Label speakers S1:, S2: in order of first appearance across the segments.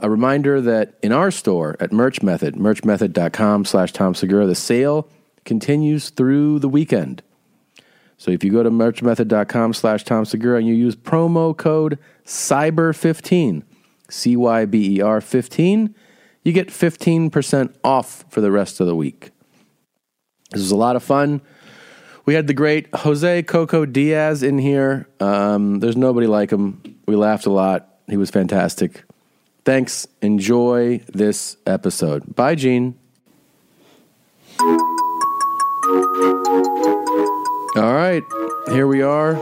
S1: a reminder that in our store at Merch Method, merchmethod.com slash Tom Segura, the sale continues through the weekend. So if you go to merchmethod.com slash Tom Segura and you use promo code CYBER15, C Y B E R 15, you get 15% off for the rest of the week. This was a lot of fun. We had the great Jose Coco Diaz in here. Um, there's nobody like him. We laughed a lot. He was fantastic. Thanks. Enjoy this episode. Bye, Gene. All right, here we are.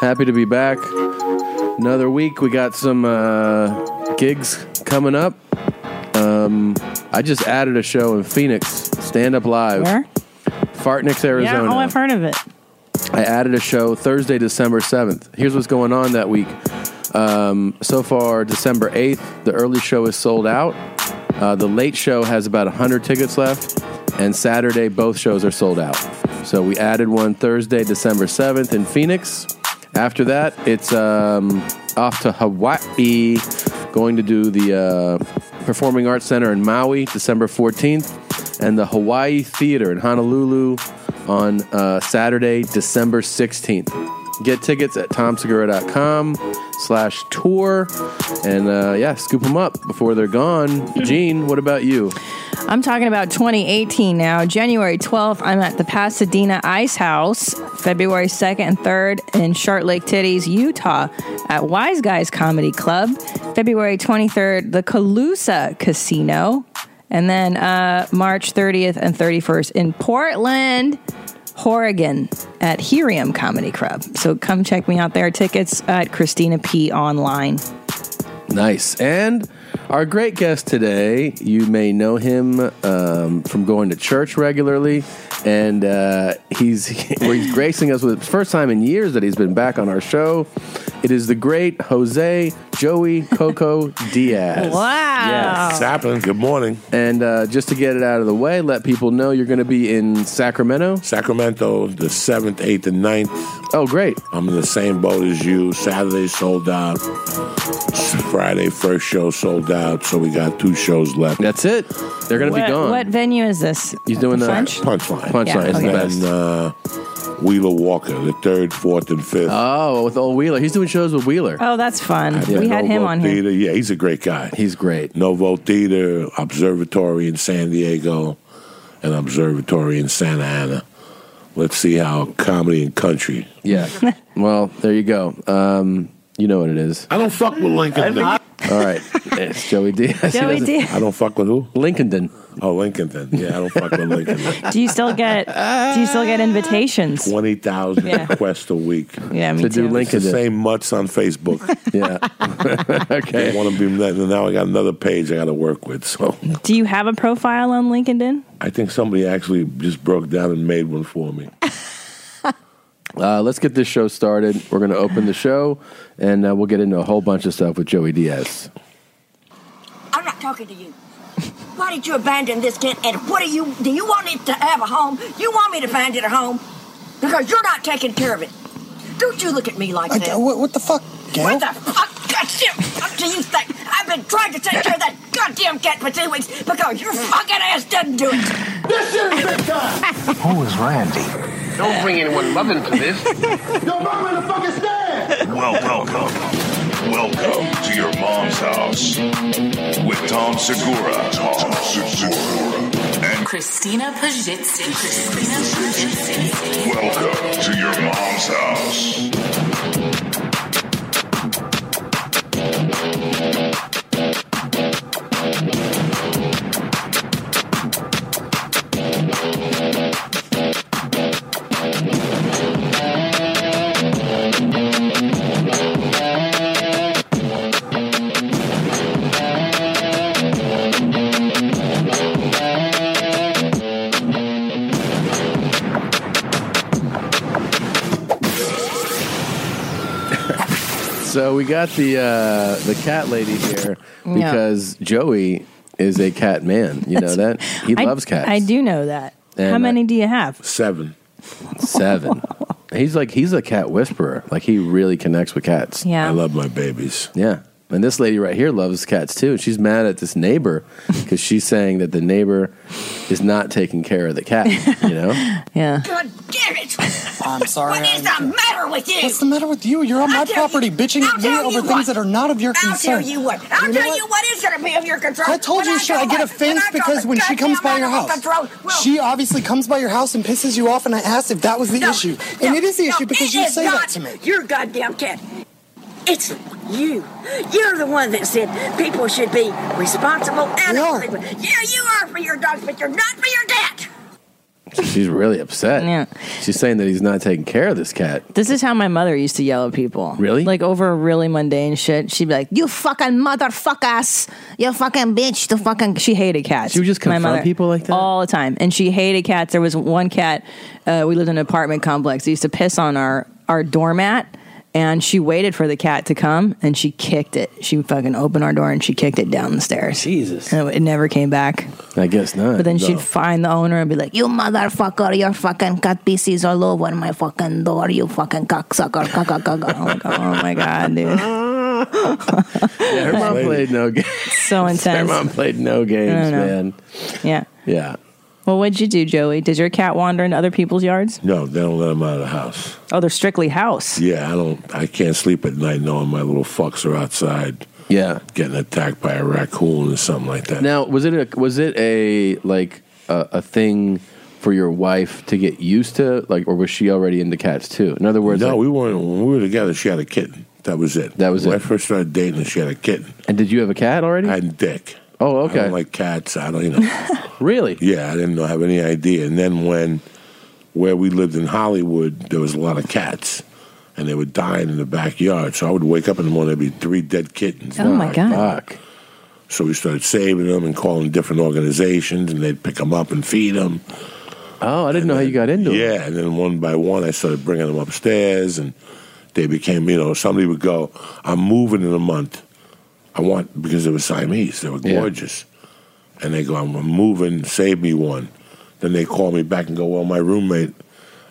S1: Happy to be back. Another week. We got some uh, gigs coming up. Um, I just added a show in Phoenix, stand up live,
S2: Where?
S1: Fartniks, Arizona.
S2: Yeah, oh, I've heard of it.
S1: I added a show Thursday, December 7th. Here's what's going on that week. Um, so far, December 8th, the early show is sold out. Uh, the late show has about 100 tickets left. And Saturday, both shows are sold out. So we added one Thursday, December 7th in Phoenix. After that, it's um, off to Hawaii, going to do the uh, Performing Arts Center in Maui, December 14th, and the Hawaii Theater in Honolulu on uh, Saturday, December 16th. Get tickets at tomsegura.com slash tour. And uh, yeah, scoop them up before they're gone. Gene, what about you?
S2: I'm talking about 2018 now. January 12th, I'm at the Pasadena Ice House. February 2nd and 3rd in Short Lake Titties, Utah at Wise Guys Comedy Club. February 23rd, the Calusa Casino. And then uh, March 30th and 31st in Portland, Oregon at Herium Comedy Club. So come check me out there. Tickets at Christina P. Online.
S1: Nice. And our great guest today, you may know him um, from going to church regularly, and uh, he's he's gracing us with the first time in years that he's been back on our show. It is the great Jose Joey Coco Diaz.
S2: Wow.
S3: It's happening. Good morning,
S1: And uh, just to get it out of the way, let people know you're going to be in Sacramento.
S3: Sacramento. The seventh, eighth, and 9th.
S1: Oh, great.
S3: I'm in the same boat as you. Saturday sold out. Friday first show sold out. So we got two shows left.
S1: That's it. They're going to be
S2: What,
S1: gone.
S2: what venue is this?
S1: He's doing the
S2: French?
S3: Punchline.
S1: Punchline.
S2: Yeah,
S1: It's
S3: And
S1: the
S2: okay.
S1: best.
S3: then uh, Wheeler Walker, the third, fourth, and fifth.
S1: Oh, with old Wheeler. He's doing shows with Wheeler.
S2: Oh, that's fun.
S3: at
S2: we had him
S3: Novo
S2: on here.
S3: Theater. Yeah, he's a great guy.
S1: He's great.
S3: Novo Theater, Observatory in San Diego, and Observatory in Santa Ana. Let's see how comedy and country.
S1: Yeah. well, there you go. Um, you know what it is.
S3: I don't fuck with Lincoln. I,
S1: All right. It's Joey Diaz.
S2: Joey D.
S3: I don't fuck with who?
S1: Lincoln.
S3: Oh, Lincoln then. Yeah, I don't fuck with Lincoln.
S2: Do you still get Do you still get invitations?
S3: 20,000
S2: Yeah.
S3: requests a week.
S2: Yeah, me
S1: To do
S2: too.
S1: Lincoln.
S3: It's the same mutts on Facebook.
S1: Yeah.
S3: They
S1: okay.
S3: want to be and now I got another page I got to work with. So
S2: Do you have a profile on LinkedIn?
S3: I think somebody actually just broke down and made one for me.
S1: Uh, let's get this show started. We're going to open the show, and uh, we'll get into a whole bunch of stuff with Joey Diaz.
S4: I'm not talking to you. Why did you abandon this kid? And what do you do? You want it to have a home? You want me to find it a home? Because you're not taking care of it. Don't you look at me like
S5: I,
S4: that?
S5: what, what the fuck, Gail?
S4: What the fuck? God, shit, What do you think? I've been trying to take care of that goddamn cat for two weeks because your fucking ass doesn't do it.
S6: This is big time.
S7: Who is Randy?
S8: Don't bring anyone loving to this.
S6: Yo, mama in the fucking stand.
S9: Well, welcome. Welcome to your mom's house with Tom Segura. Tom Segura. And
S10: Christina Pajitsky. Christina Pajitsky.
S9: welcome to your mom's house.
S1: So we got the uh, the cat lady here
S2: Yeah.
S1: because Joey is a cat man. You know that he
S2: I-
S1: loves cats.
S2: I do know that.
S1: And
S2: How
S1: I-
S2: many do you have?
S3: Seven.
S1: Seven. He's like he's a cat whisperer. Like he really connects with cats.
S2: Yeah.
S3: I love my babies.
S1: Yeah. And this lady right here loves cats too. And she's mad at this neighbor because she's saying that the neighbor is not taking care of the cat. You know,
S2: Yeah.
S4: God damn it!
S5: I'm sorry.
S4: What is
S5: I-
S4: the matter with you?
S5: What's the matter with you? You're on
S4: I'll
S5: my
S4: tell you-
S5: property bitching
S4: I'll
S5: at me
S4: tell
S5: over
S4: you
S5: things
S4: what.
S5: that are not of your
S4: I'll
S5: concern.
S4: tell you what. I'll
S5: You know
S4: tell
S5: what?
S4: you what is going to be of your concern.
S5: I told
S4: when
S5: you shit. I
S4: go
S5: get
S4: up-
S5: offense
S4: when I go
S5: because
S4: up
S5: when she comes by your
S4: goddamn
S5: house,
S4: animal control- Well,
S5: she obviously comes by your house and pisses you off. And I asked if that was the
S4: no,
S5: issue,
S4: no,
S5: and it is the
S4: no,
S5: issue because
S4: it
S5: you
S4: is
S5: say
S4: not
S5: that to me.
S4: Your goddamn cat. It's you. You're the one that said people should be responsible
S5: are.
S4: animals. Yeah, you are for your dogs, but you're not for your cat.
S1: So she's really upset.
S2: Yeah.
S1: she's saying that he's not taking care of this cat.
S2: This is how my mother used to yell at people.
S1: Really?
S2: Like over really mundane shit. She'd be like, "You fucking motherfuckers! You fucking bitch! The fucking." She hated cats.
S1: She would just
S2: My
S1: confront
S2: mother-
S1: people like that?
S2: all the time, and she hated cats. There was one cat. Uh, we lived in an apartment complex. They used to piss on our our doormat. And she waited for the cat to come, and she kicked it. She fucking opened our door and she kicked it down the stairs.
S1: Jesus.
S2: And it never came back.
S1: I guess not.
S2: But then
S1: No.
S2: she'd find the owner and be like, "You motherfucker, your fucking cat pieces all over my fucking door, you fucking cocksucker, cocksucker." Oh my god, oh my god, dude,
S1: Yeah, her mom played no games.
S2: so
S1: Her
S2: intense.
S1: mom played no games,
S2: know.
S1: man.
S2: Yeah.
S1: Yeah.
S2: Well, what'd you do, Joey? Does your cat wander into other people's yards?
S3: No, they don't let them out of the house.
S2: Oh, they're strictly house.
S3: Yeah, I don't. I can't sleep at night knowing my little fucks are outside
S1: Yeah.
S3: getting attacked by a raccoon or something like that.
S1: Now, was it a was it a like a, a thing for your wife to get used to, like, or was she already into cats too? In other words,
S3: no,
S1: like-
S3: we weren't. When we were together, she had a kitten. That was it.
S1: That was
S3: when
S1: it.
S3: I first started dating her, she had a kitten.
S1: and did you have a cat already?
S3: I had Dick.
S1: oh,
S3: I
S1: okay,
S3: don't like cats. I don't, you know.
S1: really?
S3: yeah, I didn't have any idea. And then when, where we lived in Hollywood, there was a lot of cats, and they were dying in the backyard. So I would wake up in the morning, there'd be three dead kittens.
S2: Oh my god.
S1: Fuck.
S3: So we started saving them and calling different organizations, and they'd pick them up and feed them.
S1: Oh, I didn't know how you got into it.
S3: Yeah, and then one by one, I started bringing them upstairs, and they became, you know, somebody would go, "I'm moving in a month. I want because they were Siamese, they were
S1: Yeah.
S3: gorgeous, and they go, "I'm moving, save me one." Then they call me back and go, "Well, my roommate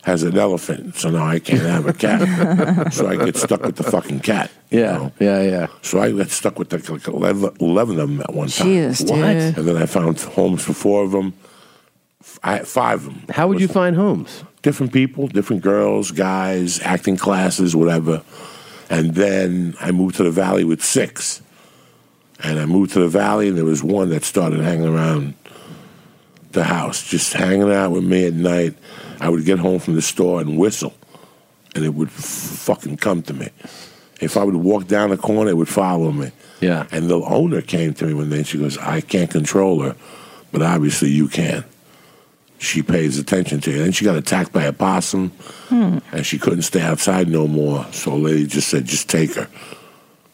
S3: has an elephant, so now I can't have a cat, so I get stuck with the fucking cat." you
S1: Yeah,
S3: know?
S1: yeah, yeah.
S3: So I got stuck with like, like 11, 11 of them at one time.
S2: Jesus, What? dude.
S3: And then I found homes for four of them. F- I, five of them.
S1: How would you find homes?
S3: Different people, different girls, guys, acting classes, whatever. And then I moved to the valley with six. And I moved to the valley, and there was one that started hanging around the house, just hanging out with me at night. I would get home from the store and whistle, and it would f- fucking come to me. If I would walk down the corner, it would follow me.
S1: Yeah.
S3: And the owner came to me one day and she goes, I can't control her, but obviously you can. She pays attention to you. And she got attacked by a possum and she couldn't stay outside no more. So a lady just said, just take her.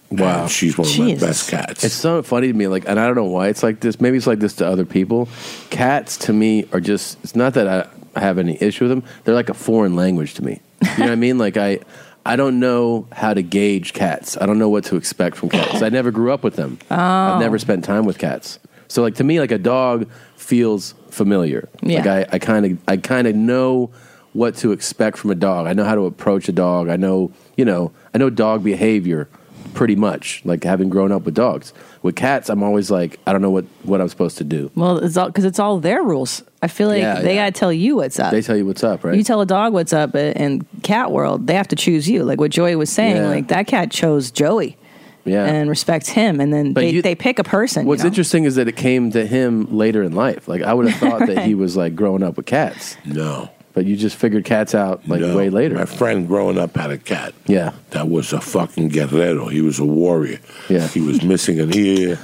S1: Wow.
S3: And she's one of
S2: Jesus.
S3: my best cats.
S1: It's so funny to me, like, and I don't know why it's like this. Maybe it's like this to other people. Cats to me are just. It's not that I have any issue with them. They're like a foreign language to me. You know what I mean? Like I, I don't know how to gauge cats. I don't know what to expect from cats. I never grew up with them.
S2: Oh.
S1: I've never spent time with cats. So like to me, like a dog feels familiar.
S2: Yeah.
S1: Like I, I kind of, I kind of know what to expect from a dog. I know how to approach a dog. I know, you know, I know dog behavior pretty much. Like having grown up with dogs. With cats, I'm always like, I don't know what what I'm supposed to do.
S2: Well, it's all because it's all their rules. I feel like
S1: Yeah,
S2: they
S1: yeah.
S2: gotta tell you what's up.
S1: They tell you what's up, right?
S2: You tell a dog what's up uh, in cat world, they have to choose you. Like what Joey was saying,
S1: Yeah.
S2: like that cat chose Joey
S1: yeah.
S2: and respects him, and then
S1: But
S2: they,
S1: you-
S2: they pick a person. you
S1: What's
S2: know?
S1: interesting is that it came to him later in life. Like I would have thought that he was like growing up with cats,
S3: no.
S1: but you just figured cats out like
S3: no.
S1: way later.
S3: My friend growing up had a cat.
S1: yeah,
S3: that was a fucking guerrero. He was a warrior.
S1: Yeah.
S3: He was missing an ear.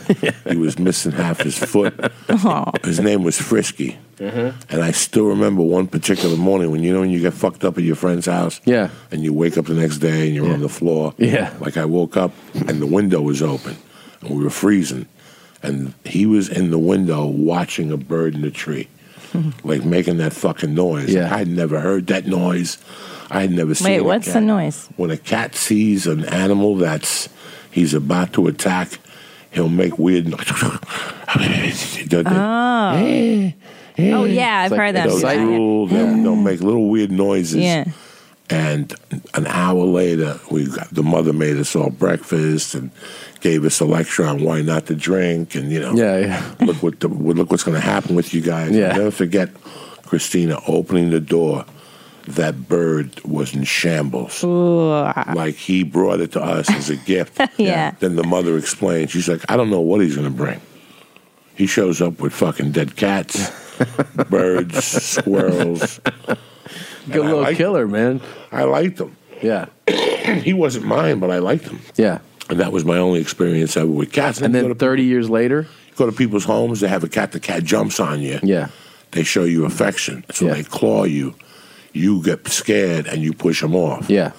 S3: He was missing half his foot. His name was Frisky.
S1: Mm-hmm.
S3: And I still remember one particular morning when you know when you get fucked up at your friend's house.
S1: Yeah.
S3: And you wake up the next day and you're on the floor.
S1: Yeah.
S3: Like I woke up and the window was open and we were freezing. And he was in the window watching a bird in the tree. Like making that fucking noise.
S1: Yeah.
S3: I had never heard that noise. I had never seen
S2: Wait,
S3: a
S2: what's the
S3: cat
S2: noise?
S3: when a cat sees an animal that's he's about to attack, he'll make weird.
S2: Oh yeah, I've
S1: like
S2: heard that. before.
S3: they'll
S1: a dog.
S3: eh.
S10: Oh,
S1: Sight.
S3: drool, they'll, they'll make little weird noises.
S2: Yeah.
S3: And an hour later, we got, the mother made us all breakfast and gave us a lecture on why not to drink, and you know,
S1: Yeah, yeah.
S3: look what the, look what's going to happen with you guys.
S1: Yeah.
S3: I'll never forget Christina opening the door. That bird was in shambles. Like he brought it to us as a gift.
S2: Yeah.
S3: Then the mother explained. She's like, I don't know what he's going to bring. He shows up with fucking dead cats, birds, squirrels.
S1: Good
S3: I
S1: little
S3: like-
S1: killer, man.
S3: I liked him.
S1: Yeah,
S3: He wasn't mine, but I liked him.
S1: yeah.
S3: And that was my only experience ever with cats.
S1: And
S3: you
S1: then
S3: go to,
S1: 30 years later,
S3: go to people's homes, they have a cat. The cat jumps on you.
S1: yeah,
S3: They show you affection. So
S1: Yeah.
S3: they claw you. You get scared and you push them off.
S1: yeah,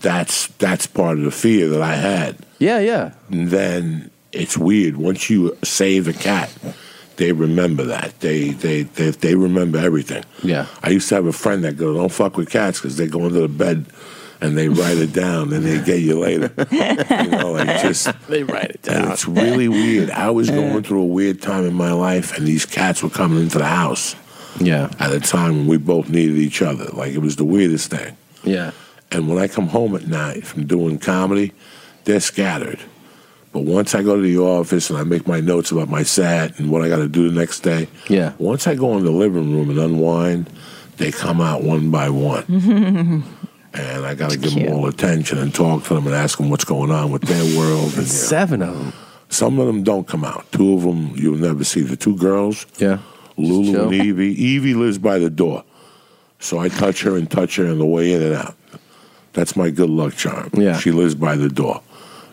S3: That's that's part of the fear that I had.
S1: yeah, yeah.
S3: And then it's weird. Once you save a cat, they remember that. They they they, they remember everything.
S1: Yeah.
S3: I used to have a friend that go, "Don't fuck with cats because they go into the bed." And they write it down, and they get you later. you know, like just
S1: They write it
S3: And it's really weird. I was going through a weird time in my life, and these cats were coming into the house
S1: Yeah,
S3: at a time when we both needed each other. Like it was the weirdest thing.
S1: yeah,
S3: And when I come home at night from doing comedy, they're scattered. But once I go to the office and I make my notes about my set and what I got to do the next day,
S1: Yeah.
S3: Once I go in the living room and unwind, they come out one by one, and I got to give
S2: cute.
S3: them all attention and talk to them and ask them what's going on with their world. And, you know.
S1: Seven of them.
S3: Some of them don't come out. Two of them you'll never see. The two girls,
S1: Yeah,
S3: Lulu
S1: chill.
S3: and Evie. Evie lives by the door, so I touch her and touch her on the way in and out. That's my good luck charm.
S1: Yeah.
S3: she lives by the door.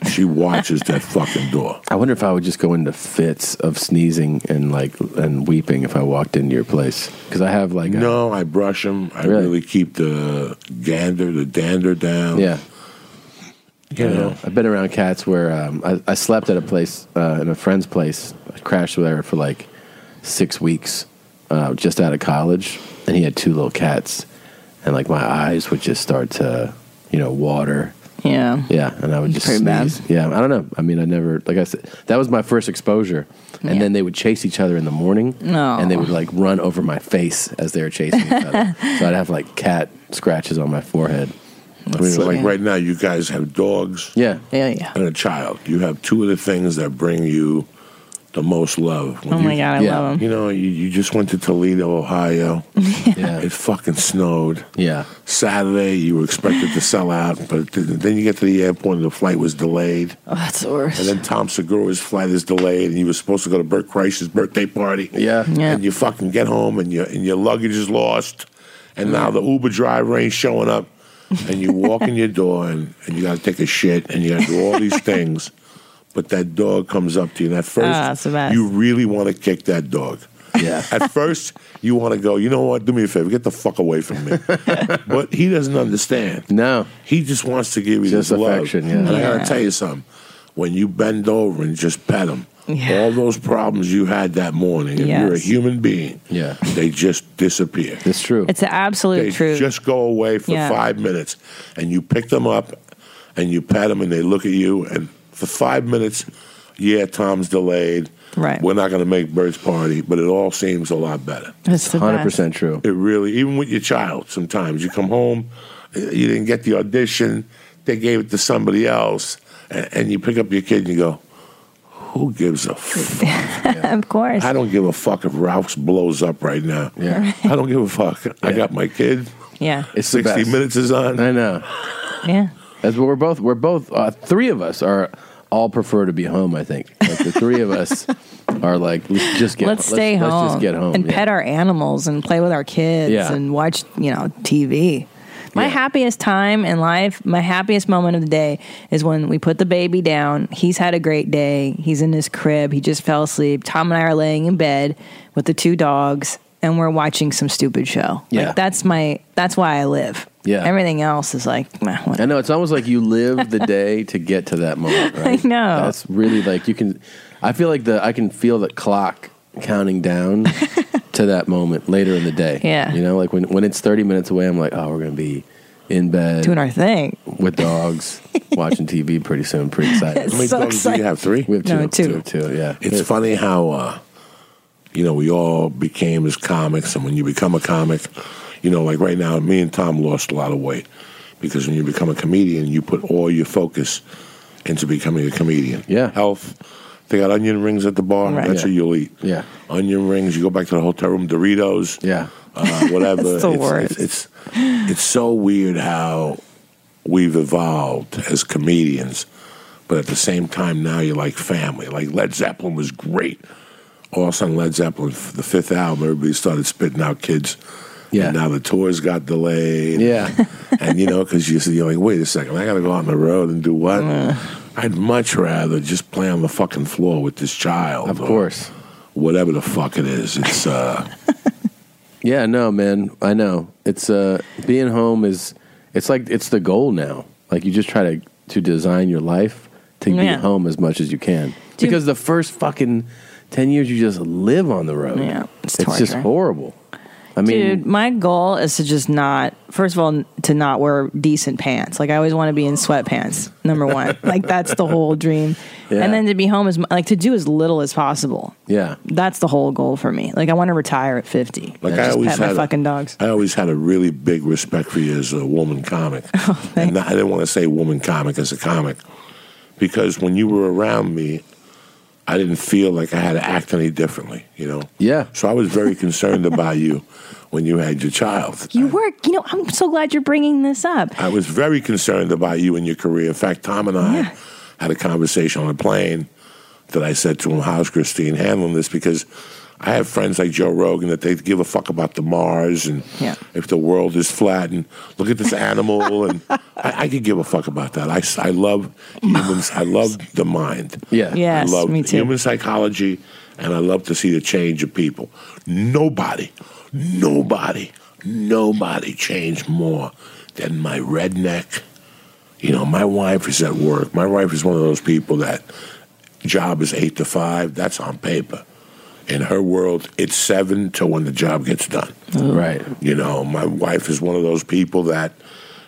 S3: She watches that fucking door.
S1: I wonder if I would just go into fits of sneezing and like and weeping if I walked into your place because I have like a-
S3: No, I brush them. I
S1: Really?
S3: really? keep the gander, the dander down.
S1: yeah.
S3: you know.
S1: I've been around cats where um, I, I slept at a place uh, in a friend's place. I crashed with her for like six weeks, uh, just out of college, and he had two little cats, and like my eyes would just start to, you know, water.
S2: Yeah.
S1: Yeah, and I would just
S2: Pretty bad.
S1: sneeze. Yeah, I don't know. I mean, I never like I said that was my first exposure, and
S2: Yeah.
S1: then they would chase each other in the morning,
S2: Aw.
S1: and they would like run over my face as they were chasing each other. So I'd have like cat scratches on my forehead.
S3: I mean, like
S2: Yeah.
S3: right now, you guys have dogs.
S1: Yeah,
S2: Yeah, yeah.
S3: and a child. You have two of the things that bring you the most love. When
S2: Oh my
S3: you-
S2: god, I
S1: yeah.
S2: love him.
S3: You know, you, you just went to Toledo, Ohio.
S1: yeah,
S3: It fucking snowed.
S1: yeah.
S3: Saturday, you were expected to sell out, but it didn't. then you get to the airport and the flight was delayed.
S2: Oh, that's the
S3: And
S2: worst.
S3: then Tom Segura's flight is delayed, and you were supposed to go to Bert Kreischer's birthday party.
S1: Yeah.
S2: Yeah.
S3: And you fucking get home, and your and your luggage is lost, and now the Uber driver ain't showing up, and you walk in your door, and, and you got to take a shit, and you got to do all these things, but that dog comes up to you, and at first
S2: Ah, that's the best.
S3: you really want to kick that dog.
S1: Yeah.
S3: At first, you want to go, you know what, do me a favor, get the fuck away from me. but he doesn't understand.
S1: No.
S3: He just wants to give you
S1: Just
S3: this love.
S1: affection, yeah.
S3: And I
S2: Yeah.
S3: gotta tell you something. When you bend over and just pet him,
S2: Yeah.
S3: all those problems you had that morning, if you're a
S2: Yes.
S3: human being,
S1: Yeah.
S3: they just disappear.
S1: It's true.
S2: It's the absolute
S3: They
S2: truth.
S3: just go away for
S2: Yeah.
S3: five minutes, and you pick them up, and you pet them, and they look at you, and for five minutes, yeah, Tom's delayed.
S2: Right.
S3: We're not going to make Bert's party, but it all seems a lot better.
S2: That's the
S1: Hundred
S2: best.
S1: percent true.
S3: It really, even with your child, sometimes you come home, you didn't get the audition, they gave it to somebody else, and, and you pick up your kid and you go, who gives a fuck?
S2: Of course.
S3: I don't give a fuck if Ralph's blows up right now.
S1: Yeah.
S3: I don't give a fuck. I got my kid.
S2: Yeah.
S1: It's the
S3: 60
S1: best.
S3: minutes is on.
S1: I know.
S2: Yeah.
S1: That's what we're both. We're both. Uh, three of us are all prefer to be home. I think like the three of us are like let's just get.
S2: let's
S1: home.
S2: stay
S1: let's,
S2: home.
S1: Let's just get home
S2: and
S1: yeah.
S2: pet our animals and play with our kids
S1: Yeah.
S2: and watch you know TV. My
S1: Yeah.
S2: happiest time in life, my happiest moment of the day is when we put the baby down. He's had a great day. He's in his crib. He just fell asleep. Tom and I are laying in bed with the two dogs and we're watching some stupid show.
S1: Yeah.
S2: Like that's my that's why I live.
S1: Yeah.
S2: Everything else is like meh, what-
S1: I know it's almost like you live the day to get to that moment. Right?
S2: I know.
S1: That's really like you can. I feel like the I can feel the clock counting down to that moment later in the day.
S2: Yeah.
S1: You know, like when when it's thirty minutes away, I'm like, oh, we're gonna be in bed
S2: doing our thing.
S1: with dogs, watching TV pretty soon. Pretty excited.
S3: How many
S2: So
S3: dogs do
S2: excited.
S3: you have? Three?
S1: We have two.
S2: No, two.
S1: We have two. Yeah.
S3: It's funny how uh, you know we all became as comics, and when you become a comic, you know, like right now, me and Tom lost a lot of weight, because when you become a comedian, you put all your focus into becoming a comedian.
S1: Yeah.
S3: Health. They got onion rings at the bar.
S2: Right.
S3: That's
S1: Yeah.
S3: what you'll eat.
S1: Yeah.
S3: Onion rings. You go back to the hotel room. Doritos.
S1: Yeah.
S3: Uh, whatever.
S2: That's the
S3: it's,
S2: worst.
S3: It's, it's it's so weird how we've evolved as comedians, but at the same time now you're like family. Like Led Zeppelin was great. All of a sudden, Led Zeppelin, f- the fifth album, everybody started spitting out kids.
S1: Yeah.
S3: And now the tours got delayed.
S1: Yeah.
S3: and you know, because you're, you're like, wait a second, I got to go out on the road and do what? I'd much rather just play on the fucking floor with this child.
S1: Of
S3: or
S1: course.
S3: Whatever the fuck it is. It's, uh,
S1: Yeah, no, man. I know. It's uh being home is it's like it's the goal now. Like you just try to to design your life to
S2: Yeah.
S1: be home as much as you can.
S2: Do you-
S1: because the first fucking 10 years you just live on the road.
S2: Yeah, it's
S1: It's, just
S2: torture.
S1: horrible. I mean,
S2: Dude, my goal is to just not. First of all, n- to not wear decent pants. Like I always want to be in sweatpants. Number one, like that's the whole dream.
S1: Yeah.
S2: And then to be home as mu- like to do as little as possible.
S1: yeah.
S2: That's the whole goal for me. Like I want to retire at fifty.
S3: Like,
S2: Like
S3: I
S2: just
S3: always
S2: pet my
S3: had a-
S2: fucking dogs.
S3: I always had a really big respect for you as a woman comic.
S2: Oh,
S3: and not- I didn't want to say woman comic as a comic because when you were around me, I didn't feel like I had to act any differently, you know?
S1: Yeah.
S3: So I was very concerned about you when you had your child.
S2: You work. You know, I'm so glad you're bringing this up.
S3: I was very concerned about you and your career. In fact, Tom and I
S2: Yeah.
S3: had a conversation on a plane that I said to him, How's Christine handling this? Because I have friends like Joe Rogan that they give a fuck about the Mars and
S2: Yeah.
S3: if the world is flat and look at this animal. and I, I could give a fuck about that. I, s- I love humans, I love the mind.
S1: Yeah.
S2: Yes,
S3: I love
S2: me too.
S3: human psychology, and I love to see the change of people. Nobody, nobody, nobody changed more than my redneck. You know, my wife is at work. My wife is one of those people that job is eight to five. That's on paper. In her world, it's seven till when the job gets done.
S1: Oh. Right.
S3: You know, my wife is one of those people that,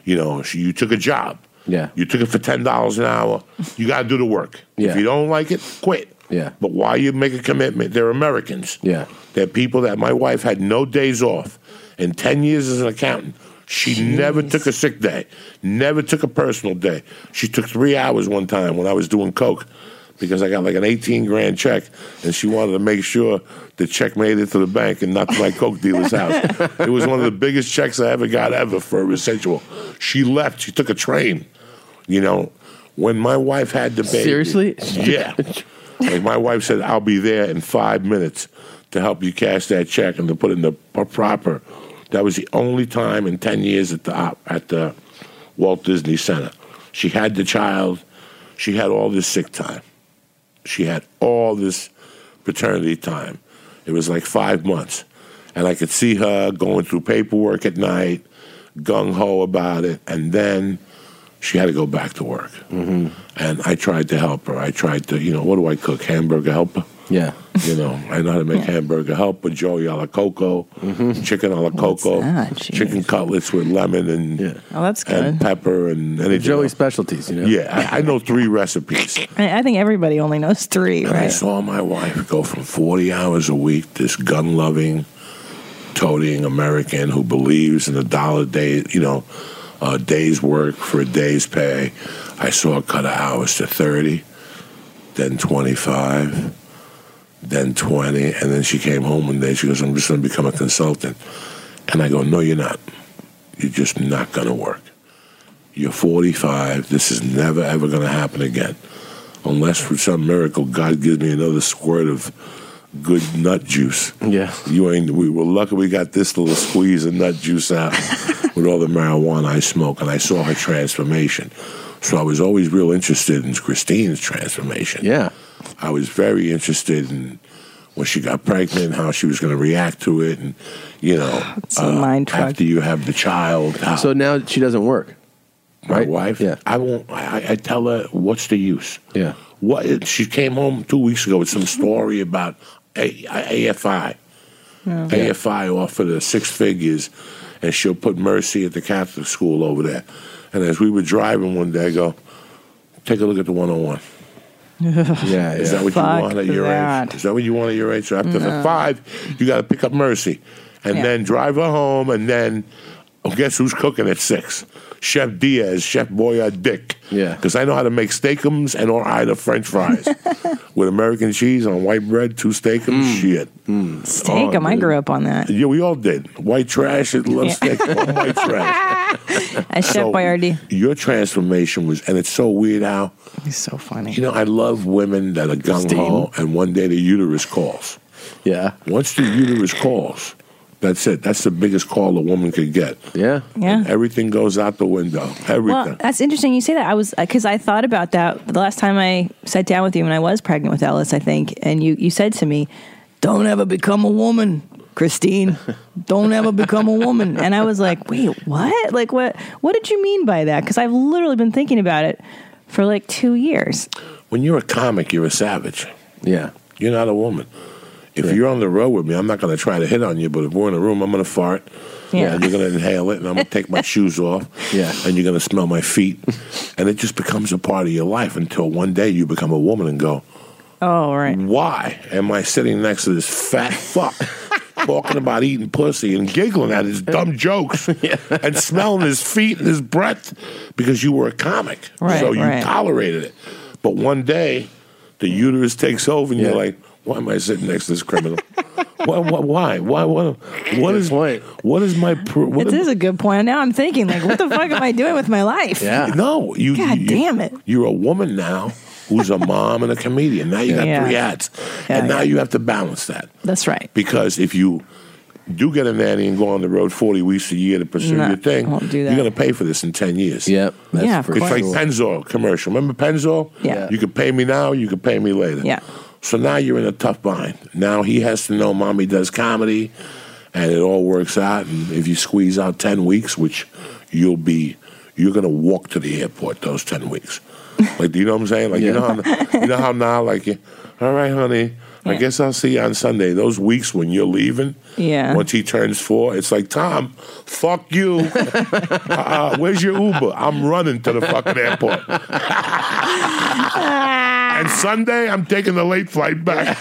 S3: you know, she, you took a job.
S1: Yeah.
S3: You took it for ten dollars an hour. You got to do the work.
S1: Yeah.
S3: If you don't like it, quit.
S1: Yeah.
S3: But why you make a commitment? They're Americans.
S1: Yeah.
S3: They're people that my wife had no days off. In ten years as an accountant, she never took a sick day, never took a personal day. She took three hours one time when I was doing coke. Because I got like an 18 grand check, and she wanted to make sure the check made it to the bank and not to my coke dealer's house. It was one of the biggest checks I ever got ever for a residual. She left. She took a train. You know, when my wife had the baby.
S1: Seriously?
S3: Yeah. like my wife said, I'll be there in five minutes to help you cash that check and to put in the p- proper. That was the only time in 10 years at the, op- at the Walt Disney Center. She had the child. She had all this sick time. She had all this paternity time. It was like five months. And I could see her going through paperwork at night, gung ho about it. And then she had to go back to work. Mm-hmm. And I tried to help her. I tried to, you know, what do I cook? Hamburger helper?
S1: Yeah.
S3: You know, I know how to make hamburger helper, Joey a la coco,
S1: Mm-hmm.
S3: chicken a la coco,
S2: that? Jeez.
S3: chicken cutlets with lemon and,
S1: Yeah.
S2: Oh, that's
S3: and
S2: good.
S3: pepper and anything.
S1: Joey
S3: else.
S1: specialties, you know.
S3: Yeah, I, I know three recipes.
S2: I, I think everybody only knows three,
S3: And I
S2: right?
S3: saw my wife go from 40 hours a week, this gun loving, toting American who believes in a dollar day, you know, a day's work for a day's pay. I saw her cut her hours to 30, then 25, then 20. And then she came home one day. She goes, I'm just going to become a consultant. And I go, No, you're not. You're just not going to work. You're 45. This is never, ever going to happen again unless for some miracle God gives me another squirt of good nut juice.
S1: Yeah.
S3: You ain't. We were lucky we got this little squeeze of nut juice out with all the marijuana I smoke, and I saw her transformation. So I was always real interested in Christine's transformation.
S1: Yeah.
S3: I was very interested in when she got pregnant, how she was going to react to it, and you know, uh,
S2: It's a mind fuck.
S3: after you have the child, how,
S1: So now she doesn't work.
S3: my
S1: right?
S3: wife.
S1: Yeah.
S3: I won't. I, I tell her what's the use.
S1: Yeah.
S3: What she came home two weeks ago with some story about A- A- AFI. AFI offered her six figures, and she'll put Mercy at the Catholic school over there. And as we were driving one day, I go, take a look at the 101.
S1: Yeah.
S3: Is
S1: yeah.
S3: that what
S2: Fuck
S3: you want at your
S2: that.
S3: age? Is that what you want at your age? So after the five, you got to pick up Mercy, and
S2: Yeah.
S3: then drive her home, and then Well, guess who's cooking at six? Chef Diaz, Chef Boyardee. Dick.
S1: Yeah.
S3: Because I know how to make steakums and or either French fries with American cheese on white bread, two steakums. Shit. Oh,
S2: Steak 'em. I grew up on that.
S3: Yeah, we all did. White trash and love steak. White trash.
S2: As Chef
S3: So,
S2: Boyardee.
S3: Your transformation was, and it's so weird how
S2: He's so funny.
S3: you know. I love women that are gung ho, and one day the uterus calls.
S1: Yeah.
S3: Once the uterus calls, that's it. That's the biggest call a woman could get.
S1: Yeah.
S2: yeah.
S3: Everything goes out the window.
S2: Well,
S3: Everything.
S2: that's interesting you say that. I was because I thought about that the last time I sat down with you when I was pregnant with Ellis, I think, and you you said to me, "Don't ever become a woman, Christine. Don't ever become a woman." And I was like, "Wait, what? Like what? What did you mean by that?" Because I've literally been thinking about it for like two years.
S3: when you're a comic, you're a savage.
S1: Yeah.
S3: You're not a woman. If you're on the road with me, I'm not going to try to hit on you, but if we're in a room, I'm going to fart.
S2: Yeah.
S3: And you're going to inhale it, and I'm going to take my shoes off.
S1: Yeah.
S3: And you're going to smell my feet. And it just becomes a part of your life until one day you become a woman and go,
S2: Oh right.
S3: why am I sitting next to this fat fuck talking about eating pussy and giggling at his dumb jokes and smelling his feet and his breath because you were a comic.
S2: Right,
S3: so you
S2: right.
S3: tolerated it. But one day, the uterus takes over and
S1: Yeah.
S3: you're like, why am I sitting next to this criminal? why, why? Why? Why? What, what is
S1: point.
S3: What is my? pr- What
S2: This
S3: am-
S2: is a good point. Now I'm thinking, like, what the fuck am I doing with my life?
S1: Yeah.
S3: No, you.
S2: God
S3: you-
S2: damn it.
S3: You're a woman now who's a mom and a comedian. Now you got
S2: Yeah.
S3: three hats,
S2: Yeah,
S3: and now
S2: yeah.
S3: you have to balance that
S2: That's right.
S3: because if you do get a nanny and go on the road 40 weeks a year to pursue
S2: No,
S3: your thing,
S2: won't do that.
S3: you're going to pay for this in 10 years.
S1: Yep. That's
S2: Yeah, of
S1: for
S3: It's
S2: course.
S3: like
S1: sure.
S3: Pennzoil commercial. Remember Pennzoil?
S2: Yeah.
S3: You can pay me now, you can pay me later.
S2: Yeah.
S3: So now you're in a tough bind. Now he has to know mommy does comedy and it all works out. And if you squeeze out 10 weeks, which you'll be, you're going to walk to the airport those 10 weeks. Like, do you know what I'm saying? Like, you,
S1: Yeah.
S3: know how, you know how now, like, you, all right, honey, I
S2: Yeah.
S3: guess I'll see you on Sunday. Those weeks when you're leaving,
S2: Yeah.
S3: once he turns four, it's like, Tom, fuck you. uh, where's your Uber? I'm running to the fucking airport.
S2: Ah,
S3: and Sunday, I'm taking the late flight back.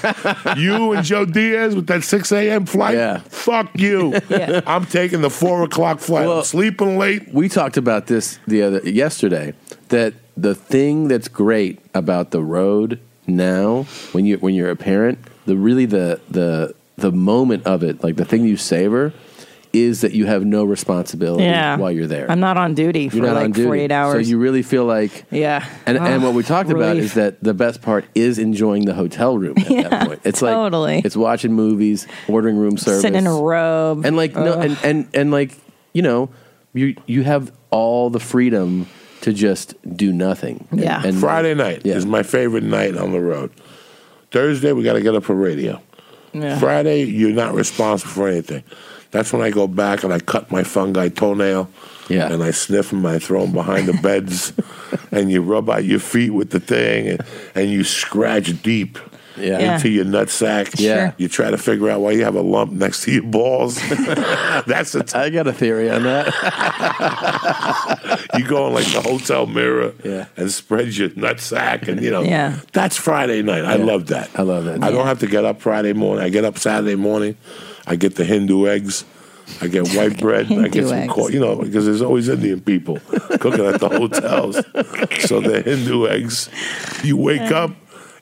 S3: you and Joe Diaz with that 6 a.m. flight?
S1: Yeah.
S3: Fuck you.
S2: Yeah.
S3: I'm taking the 4 o'clock flight.
S1: Well-
S3: I'm sleeping late.
S1: we talked about this the other yesterday that the thing that's great about the road now when you when you're a parent the really the the the moment of it like the thing you savor is that you have no responsibility
S2: Yeah.
S1: while you're there
S2: I'm not on duty for
S1: you're not
S2: like
S1: on duty
S2: 48
S1: so
S2: hours.
S1: you really feel like
S2: yeah.
S1: and, and
S2: Ah,
S1: what we talked about
S2: relief.
S1: is that the best part is enjoying the hotel room at that point. It's like
S2: totally.
S1: it's watching movies, ordering room service,
S2: sitting in a robe
S1: and like no
S2: Ugh.
S1: and, and and like you know you you have all the freedom to just do nothing And-
S2: Yeah.
S1: and
S3: Friday night
S1: Yeah.
S3: is my favorite night on the road. Thursday, we got to get up for radio.
S2: Yeah.
S3: Friday, you're not responsible for anything. That's when I go back and I cut my fungi toenail.
S1: Yeah.
S3: And I sniff them, I throw them behind the beds, and you rub out your feet with the thing, and, and you scratch deep
S1: yeah
S2: Yeah.
S3: into your nutsack.
S1: Yeah. Sure.
S3: You try to figure out why you have a lump next to your balls. That's the time
S1: I got a theory on that
S3: you go in like the hotel mirror
S1: Yeah.
S3: and spread your nutsack and you know
S2: Yeah.
S3: that's Friday night. I
S1: Yeah.
S3: love that.
S1: I love that.
S3: I don't have to get up Friday morning. I get up Saturday morning. I get the Hindu eggs. I get white bread. and I get
S2: Hindu
S3: some
S2: eggs.
S3: corn. You know, because there's always Indian people cooking at the hotels. So the Hindu eggs. You wake up.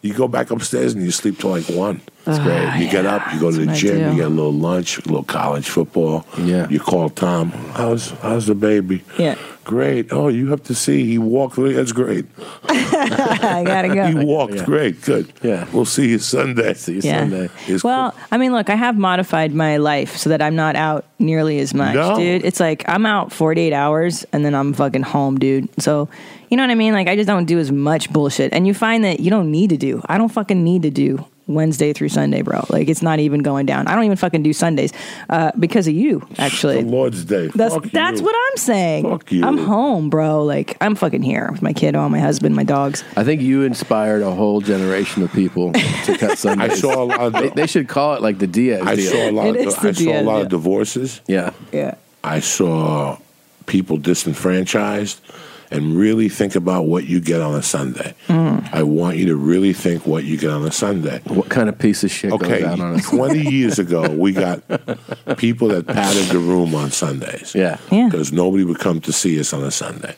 S3: You go back upstairs and you sleep till like one. It's
S1: great. Ah,
S3: You get up, you go to the
S2: That's what I
S3: gym, you
S2: do.
S3: get a little lunch, a little college football.
S1: Yeah.
S3: You call Tom. How's how's the baby?
S2: Yeah.
S3: Great. Oh, you have to see. He walked. really- That's great.
S2: I gotta
S3: He
S2: go.
S3: walked.
S1: yeah.
S3: Great. Good.
S1: Yeah.
S3: We'll see you Sunday.
S1: See you
S2: Yeah.
S1: Sunday
S3: It's
S2: well, I mean, look, I have modified my life so that I'm not out nearly as much,
S3: No.
S2: dude. It's like I'm out 48 hours and then I'm fucking home, dude. So, you know what I mean? Like, I just don't do as much bullshit. And you find that you don't need to do. I don't fucking need to do Wednesday through Sunday, bro. Like, it's not even going down. I don't even fucking do Sundays uh, because of you,
S3: the
S2: actually.
S3: Lord's Day.
S2: That's
S3: Fuck
S2: that's
S3: you.
S2: what I'm saying.
S3: Fuck you.
S2: I'm home, bro. Like I'm fucking here with my kiddo, my husband, my dogs.
S1: I think you inspired a whole generation of people to cut Sundays
S3: I saw a lot. Of,
S1: they, they should call it like the Diaz
S3: I
S1: deal
S3: saw a lot. Of,
S2: It is the
S3: I saw a
S2: deal,
S3: lot
S2: yeah.
S3: of divorces.
S1: yeah
S2: Yeah.
S3: I saw people disenfranchised, and really think about what you get on a Sunday.
S2: Mm.
S3: I want you to really think what you get on a Sunday.
S1: What kind of piece of shit
S3: Okay,
S1: goes out on us?
S3: 20 years ago, we got people that padded the room on Sundays.
S1: Yeah.
S2: Yeah.
S3: Because nobody would come to see us on a Sunday.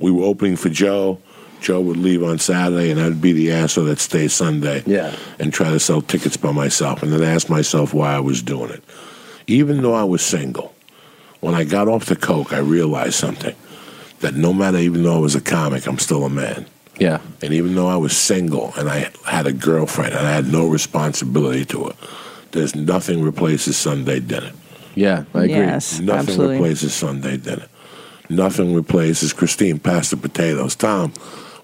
S3: We were opening for Joe. Joe would leave on Saturday, and I'd be the asshole that stays Sunday
S1: Yeah.
S3: and try to sell tickets by myself, and then ask myself why I was doing it. Even though I was single, when I got off the coke, I realized something that no matter, even though I was a comic, I'm still a man.
S1: Yeah.
S3: And even though I was single and I had a girlfriend and I had no responsibility to her, there's nothing replaces Sunday dinner.
S1: Yeah. I agree.
S2: Yes,
S3: Nothing
S2: absolutely.
S3: replaces Sunday dinner. Nothing replaces Christine pasta potatoes. Tom,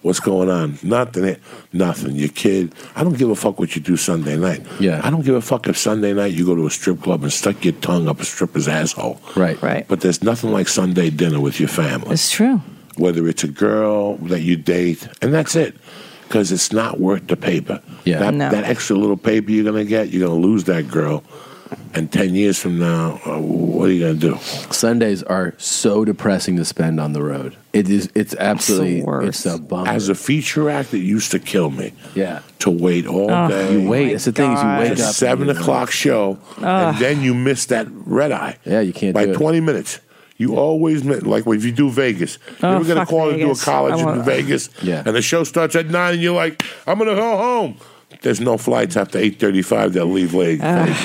S3: what's going on? Nothing. Nothing. Your kid. I don't give a fuck what you do Sunday night.
S1: Yeah.
S3: I don't give a fuck if Sunday night you go to a strip club and stuck your tongue up a stripper's asshole.
S1: Right.
S2: Right.
S3: But there's nothing like Sunday dinner with your family
S2: It's true.
S3: whether it's a girl that you date, and that's it, because it's not worth the paper.
S1: Yeah.
S3: that,
S2: No.
S3: that extra little paper you're gonna get, you're gonna lose that girl, and ten years from now, uh, what are you gonna do?
S1: Sundays are so depressing to spend on the road. It is. It's absolutely.
S2: worst.
S1: It's a bummer.
S3: As a feature act, it used to kill me
S1: yeah.
S3: to wait all
S2: Oh.
S3: day.
S1: You wait.
S2: my
S1: It's the thing is you
S2: God.
S1: wake
S3: It's
S1: up
S3: a
S1: and
S3: seven
S1: you're like-
S3: o'clock show, and then you miss that red eye.
S1: Yeah, you can't
S3: by
S1: do it.
S3: twenty minutes. You always miss, like if you do Vegas,
S2: Oh,
S3: you ever get a
S2: fuck
S3: call to do a
S2: Vegas. I
S3: college in
S2: want-
S3: Vegas,
S1: Yeah.
S3: and the show starts at nine, and you're like, I'm gonna go home. There's no flights after eight thirty-five that leave late. Vegas.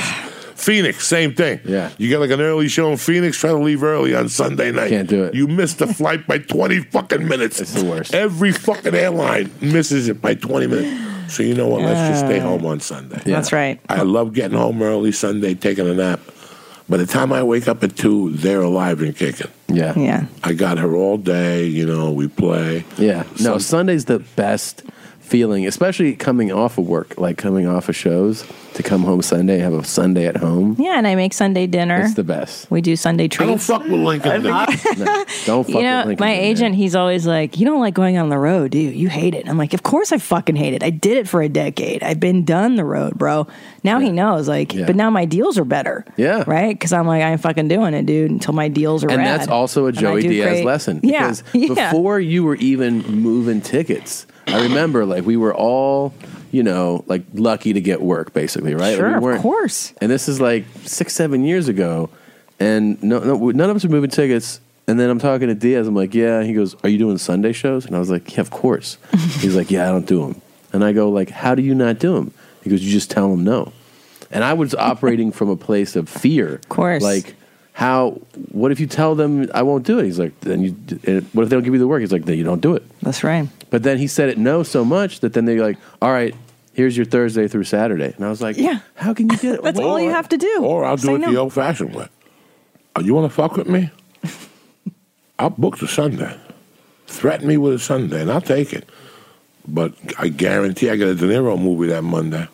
S3: Phoenix, same thing.
S1: Yeah.
S3: you got like an early show in Phoenix, try to leave early on Sunday night.
S1: Can't do it.
S3: You missed the flight by twenty fucking minutes.
S1: It's the worst.
S3: Every fucking airline misses it by twenty minutes. So you know what? Let's just stay home on Sunday.
S1: Yeah.
S2: That's right.
S3: I love getting home early Sunday, taking a nap. By the time I wake up at two, they're alive and kicking.
S1: Yeah.
S2: Yeah.
S3: I got her all day. You know, we play.
S1: Yeah. No,
S3: Some-
S1: Sunday's the best feeling, especially coming off of work, like coming off of shows to come home Sunday, have a Sunday at home.
S2: Yeah, and I make Sunday dinner.
S1: It's the best.
S2: we do Sunday
S3: I don't
S2: treats.
S3: fuck with Lincoln.
S1: No, don't fuck
S2: You know,
S1: with Lincoln,
S2: my
S1: man.
S2: agent, he's always like, "You don't like going on the road, do you? You hate it." I'm like, "Of course I fucking hate it. I did it for a decade. I've been done the road, bro." Now he knows, like,
S1: Yeah.
S2: but now my deals are better.
S1: Yeah.
S2: right? Because I'm like, I'm fucking doing it, dude. Until my deals are,
S1: And
S2: rad.
S1: that's also a
S2: And I
S1: Joey
S2: do
S1: Diaz
S2: great.
S1: lesson.
S2: Yeah,
S1: Because
S2: yeah.
S1: before you were even moving tickets, I remember like we were all, you know, like lucky to get work basically, right? Like,
S2: Sure,
S1: we
S2: of
S1: weren't-
S2: course.
S1: And this is like six, seven years ago. And no, no, none of us were moving tickets. And then I'm talking to Diaz. I'm like, yeah. He goes, are you doing Sunday shows? And I was like, yeah, of course. He's like, yeah, I don't do them. And I go, like, how do you not do them? He goes, you just tell them no. And I was operating from a place of fear. Of
S2: course.
S1: Like, how, what if you tell them I won't do it? He's like, then you, and what if they don't give you the work? He's like, then you don't do it.
S2: That's right.
S1: But then he said it no so much that then they're like, all right, here's your Thursday through Saturday. And I was like,
S2: Yeah.
S1: how can you do it?
S2: That's
S1: What?
S2: all you have to do.
S3: Or I'll do
S2: Say
S3: it
S2: no.
S3: the old fashioned way. Oh, you want to fuck with me? I'll book the Sunday. Threaten me with a Sunday, and I'll take it. But I guarantee I got a De Niro movie that Monday.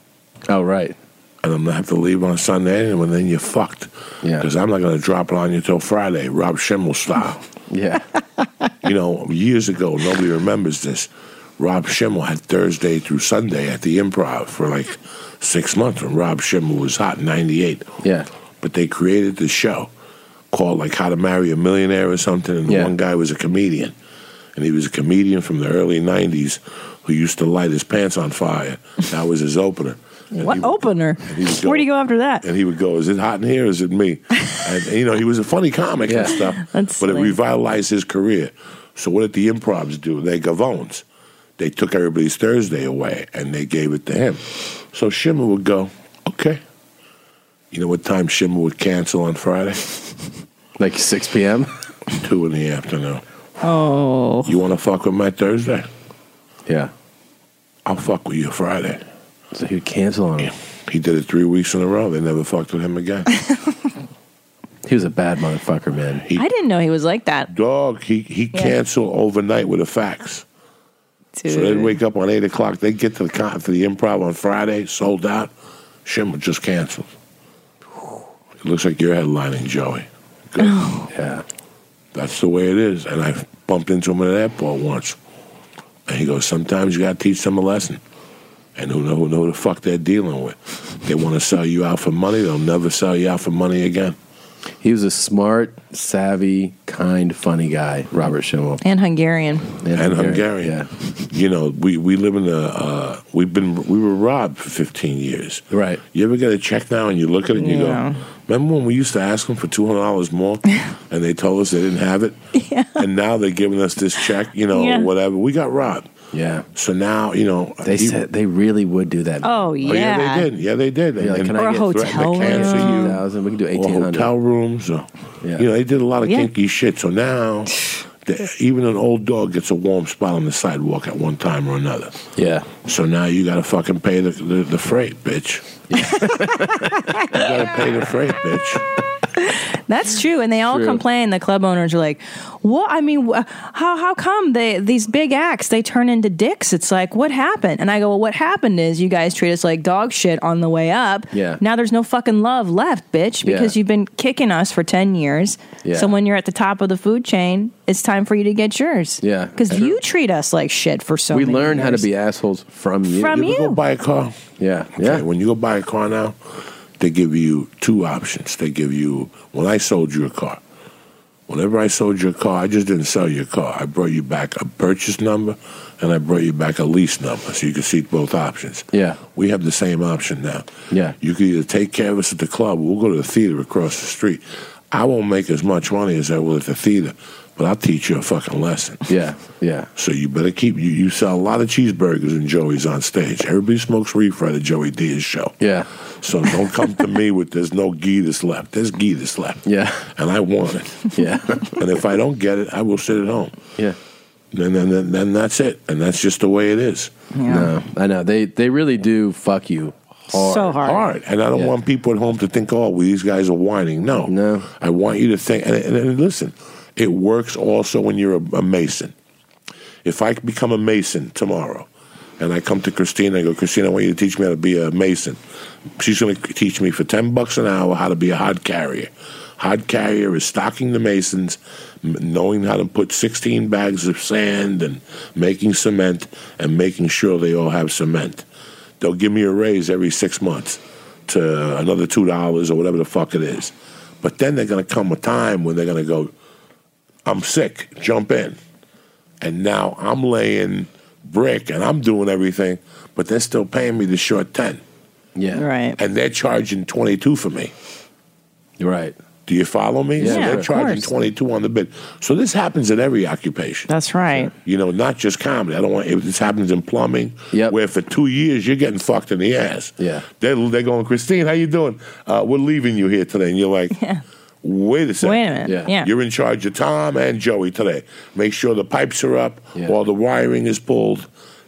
S1: Oh, right.
S3: and I'm gonna have to leave on Sunday, and then you're fucked.
S1: Yeah.
S3: Because I'm not gonna drop it on you till Friday, Rob Schimmel style.
S1: Yeah.
S3: you know, years ago, nobody remembers this. Rob Schimmel had Thursday through Sunday at the Improv for like six months when Rob Schimmel was hot in '98.
S1: yeah.
S3: But they created this show called like How to Marry a Millionaire or something, and
S1: Yeah.
S3: one guy was a comedian, and he was a comedian from the early '90s who used to light his pants on fire. That was his opener. And
S2: What
S3: he-
S2: opener?
S3: he was
S2: Where do you go
S3: going-
S2: after that?
S3: and he would go, "Is it hot in here? Is it me?" and you know, he was a funny comic and
S1: Yeah.
S3: stuff,
S2: That's
S3: but it
S2: hilarious.
S3: revitalized his career. So what did the Improvs do? They Gavones. They took everybody's Thursday away and they gave it to him. So Shimmer would go, "Okay." You know what time Shimmer would cancel on Friday?
S1: Like 6 p.m.
S3: Two in the afternoon.
S2: Oh,
S3: You want to fuck with my Thursday?
S1: yeah.
S3: I'll fuck with you Friday.
S1: So he would cancel on him.
S3: He did it three weeks in a row. They never fucked with him again.
S1: He was a bad motherfucker, man.
S3: He-
S2: I didn't know he was like that.
S3: Dog, he, he
S2: Yeah.
S3: canceled overnight with a fax.
S2: Dude.
S3: So they'd wake up on eight o'clock. They'd get to the con- to the improv on Friday, sold out. Shimmer just canceled. It looks like you're headlining, Joey. Good.
S1: Yeah.
S3: That's the way it is. And I bumped into him at an airport once. And he goes, Sometimes you got to teach them a lesson. And who know, who know who the fuck they're dealing with. They want to sell you out for money, they'll never sell you out for money again.
S1: He was a smart, savvy, kind, funny guy, Robert Schimmel.
S2: and Hungarian.
S3: and Hungarian. You know, we, we live in a uh, we've been we were robbed for 15 years.
S1: Yeah. Right.
S3: You ever get a check now and you look at it and you
S2: Yeah.
S3: go, remember when we used to ask them for two hundred dollars more, and they told us they didn't have it, and now they're giving us this check, you know,
S2: Yeah.
S3: whatever. We got robbed,
S1: Yeah.
S3: so now you know
S1: They
S3: you-
S1: said they really would do that.
S2: Oh yeah.
S3: oh, yeah. they did, yeah, they did.
S1: They're like,
S3: And-
S1: can
S2: Or
S1: I
S2: a
S1: get
S2: hotel
S1: threatened to cancel
S3: room.
S1: you? 1,000? We can do
S3: or
S1: eighteen
S3: hotel
S1: hundred.
S3: rooms, or
S1: Yeah.
S3: you know, they did a lot of
S2: Yeah.
S3: kinky shit. So now. the- Even an old dog gets a warm spot on the sidewalk at one time or another.
S1: Yeah.
S3: So now you got to fucking pay the, the, the freight, bitch. you got to pay the freight, bitch.
S2: That's true, and they all
S1: True.
S2: complain. The club owners are like, "What? I mean, wh- how how come they these big acts they turn into dicks? It's like what happened?" And I go, "Well, what happened is you guys treat us like dog shit on the way up.
S1: Yeah.
S2: Now there's no fucking love left, bitch, because
S1: Yeah.
S2: you've been kicking us for ten years.
S1: Yeah.
S2: So when you're at the top of the food chain, it's time for you to get yours.
S1: Yeah.
S2: because
S1: True.
S2: you treat us like shit for so.
S1: We
S2: many
S1: learn how to
S2: years.
S1: be assholes from you.
S2: From
S3: You ever
S2: you.
S3: go buy a car.
S1: Yeah.
S3: Okay,
S1: Yeah.
S3: When you go buy a car now, they give you two options. They give you when I sold you a car. Whenever I sold your car, I just didn't sell your car. I brought you back a purchase number and I brought you back a lease number so you could see both options.
S1: Yeah.
S3: We have the same option now.
S1: Yeah.
S3: You can either take care of us at the club or we'll go to the theater across the street. I won't make as much money as I will at the theater, but I'll teach you a fucking lesson.
S1: Yeah. Yeah.
S3: So you better keep you. You sell a lot of cheeseburgers and Joey's on stage. Everybody smokes reefer at a Joey Diaz show.
S1: Yeah.
S3: So don't come to me with there's no ghee that's left. There's ghee that's left.
S1: Yeah.
S3: And I want it.
S1: Yeah.
S3: and if I don't get it, I will sit at home.
S1: yeah.
S3: And then, then then that's it. And that's just the way it is.
S1: No, I know they they really do fuck you hard.
S2: so hard.
S3: Hard. And I don't
S1: Yeah.
S3: want people at home to think, oh, well, these guys are whining. No.
S1: No.
S3: I want you to think, and, and, and listen, it works also when you're a, a Mason. If I become a Mason tomorrow and I come to Christina, I go, Christina, I want you to teach me how to be a Mason. She's going to teach me for 10 bucks an hour how to be a hod carrier. Hod carrier is stocking the Masons, m- knowing how to put 16 bags of sand and making cement and making sure they all have cement. They'll give me a raise every six months to another $2 or whatever the fuck it is. But then they're going to come a time when they're going to go, I'm sick, jump in. And now I'm laying brick and I'm doing everything, but they're still paying me the short 10.
S1: Yeah.
S2: Right.
S3: And they're charging 22 for me.
S1: Right.
S3: Do you follow me?
S1: Yeah,
S3: so they're
S1: of
S3: charging
S2: course.
S3: 22 on the bid. So this happens in every occupation.
S2: That's right.
S3: you know, not just comedy. I don't want. It, this happens in plumbing,
S1: Yep.
S3: where for two years you're getting fucked in the ass.
S1: Yeah.
S3: they're, they're going, Christine, how you doing? Uh, we're leaving you here today, and you're like,
S2: Yeah.
S3: wait a second,
S2: Wait a minute.
S1: Yeah.
S2: Yeah.
S3: You're in charge of Tom and Joey today. Make sure the pipes are up,
S1: Yeah.
S3: all the wiring is pulled.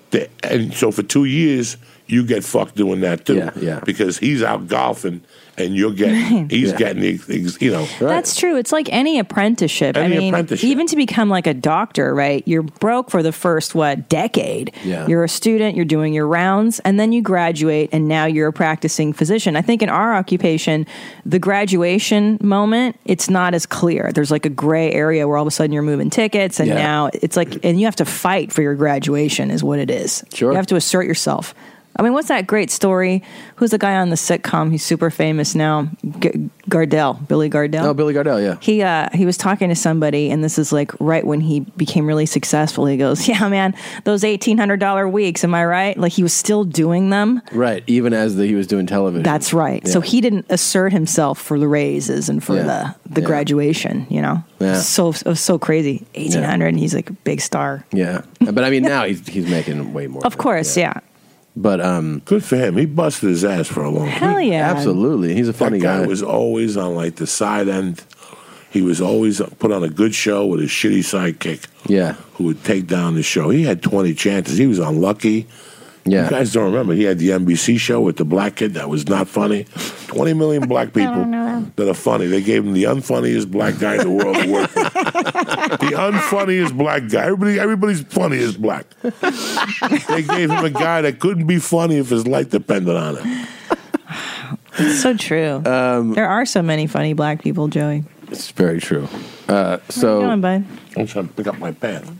S3: The, and so for two years, you get fucked doing that too.
S1: Yeah, yeah.
S3: Because he's out golfing and you're getting, he's
S1: Yeah.
S3: getting the, ex- you know.
S2: That's true. It's like any apprenticeship.
S3: Any
S2: I mean,
S3: apprenticeship.
S2: even to become like a doctor, right? You're broke for the first what decade.
S1: Yeah.
S2: You're a student. You're doing your rounds, and then you graduate, and now you're a practicing physician. I think in our occupation, the graduation moment, it's not as clear. There's like a gray area where all of a sudden you're moving tickets, and
S1: Yeah.
S2: now it's like, and you have to fight for your graduation, is what it is.
S1: Sure.
S2: You have to assert yourself. I mean, what's that great story? Who's the guy on the sitcom? He's super famous now. G- Gardell, Billy Gardell
S1: Oh, Billy Gardell. Yeah.
S2: he uh, he was talking to somebody, and this is like right when he became really successful. He goes, "Yeah, man, those eighteen hundred dollar weeks. Am I right? Like he was still doing them.
S1: Right. Even as the, he was doing television.
S2: That's right. So
S1: Yeah.
S2: he didn't assert himself for the raises and for
S1: Yeah.
S2: the the
S1: Yeah.
S2: graduation. You know,
S1: Yeah.
S2: so it was so crazy. Eighteen hundred, and he's like a big star.
S1: Yeah. But I mean, now he's he's making way more.
S2: Of course, yeah.
S1: But um,
S3: Good for him. He busted his ass for a long time.
S2: Hell yeah,
S1: absolutely, he's a funny
S3: that guy,
S1: guy.
S3: was always on like the side end. He was always put on a good show with a shitty sidekick
S1: yeah.
S3: who would take down the show. He had 20 chances. He was unlucky. You
S1: Yeah.
S3: guys don't remember. He had the NBC show with the black kid that was not funny. 20 million black people that are funny. They gave him the unfunniest black guy in the world to work with. the unfunniest black guy. Everybody, everybody's funny is black. they gave him a guy that couldn't be funny if his life depended on it.
S2: It's so true.
S1: Um,
S2: there are so many funny black people, Joey.
S1: It's very true.
S2: Come
S1: Uh,
S2: on,
S1: so
S2: bud. Hmm.
S3: I'm trying to pick up my pen.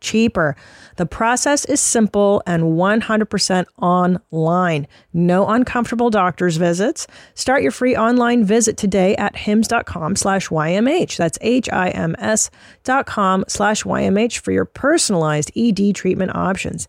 S7: cheaper. The process is simple and 100% online. No uncomfortable doctor's visits. Start your free online visit today at hims.com slash YMH. That's H-I-M-S dot com slash YMH for your personalized ED treatment options.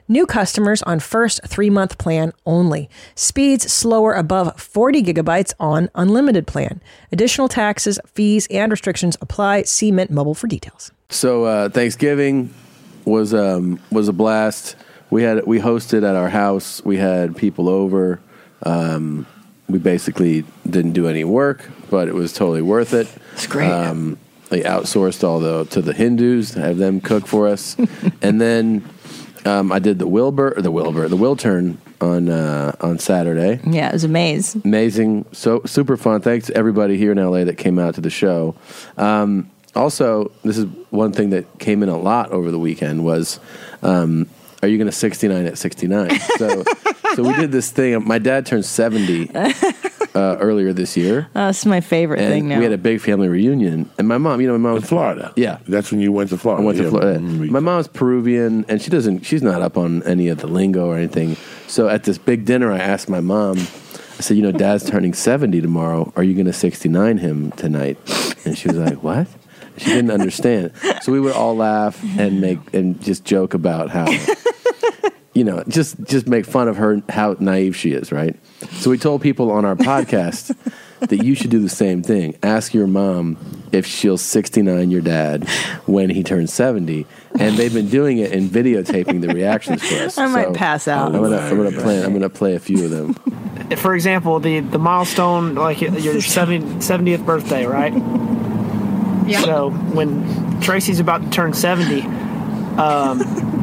S7: New customers on first three-month plan only. Speeds slower above 40 gigabytes on unlimited plan. Additional taxes, fees, and restrictions apply. See Mint Mobile for details.
S1: So uh, Thanksgiving was um, was a blast. We had we hosted at our house. We had people over. Um, we basically didn't do any work, but it was totally worth it. It's
S2: great.
S1: Um, they outsourced all the to the Hindus to have them cook for us, and then um, I did the Wilbur, the Wilbur, the Wiltern on uh, on Saturday.
S2: Yeah, it was a maze.
S1: Amazing. So super fun. Thanks to everybody here in LA that came out to the show. Um, also, this is one thing that came in a lot over the weekend was, um, are you going to 69 at 69? So, so we did this thing. My dad turned 70 uh, earlier this year.
S2: Oh, this is my favorite
S1: And
S2: thing now.
S1: we had a big family reunion. And my mom, you know, my mom
S3: In Florida.
S1: Yeah.
S3: That's when you went to Florida.
S1: I went to
S3: Yeah, Mm-hmm.
S1: Florida.
S3: remember you-
S1: My mom's Peruvian, and she doesn't. She's not up on any of the lingo or anything. So at this big dinner, I asked my mom. I said, "You know, Dad's turning seventy tomorrow. Are you going to sixty nine him tonight?" And she was like, "What?" She didn't understand. So we would all laugh and make and just joke about how. You know, just just make fun of her how naive she is, right? So we told people on our podcast that you should do the same thing. Ask your mom if she'll 69 your dad when he turns 70. And they've been doing it and videotaping the reactions for us.
S2: I might pass out.
S1: I'm gonna, I'm gonna play. I'm gonna play a few of them.
S11: for example, the the milestone like your 70, 70th birthday, right? Yeah. So when Tracy's about to turn seventy, um,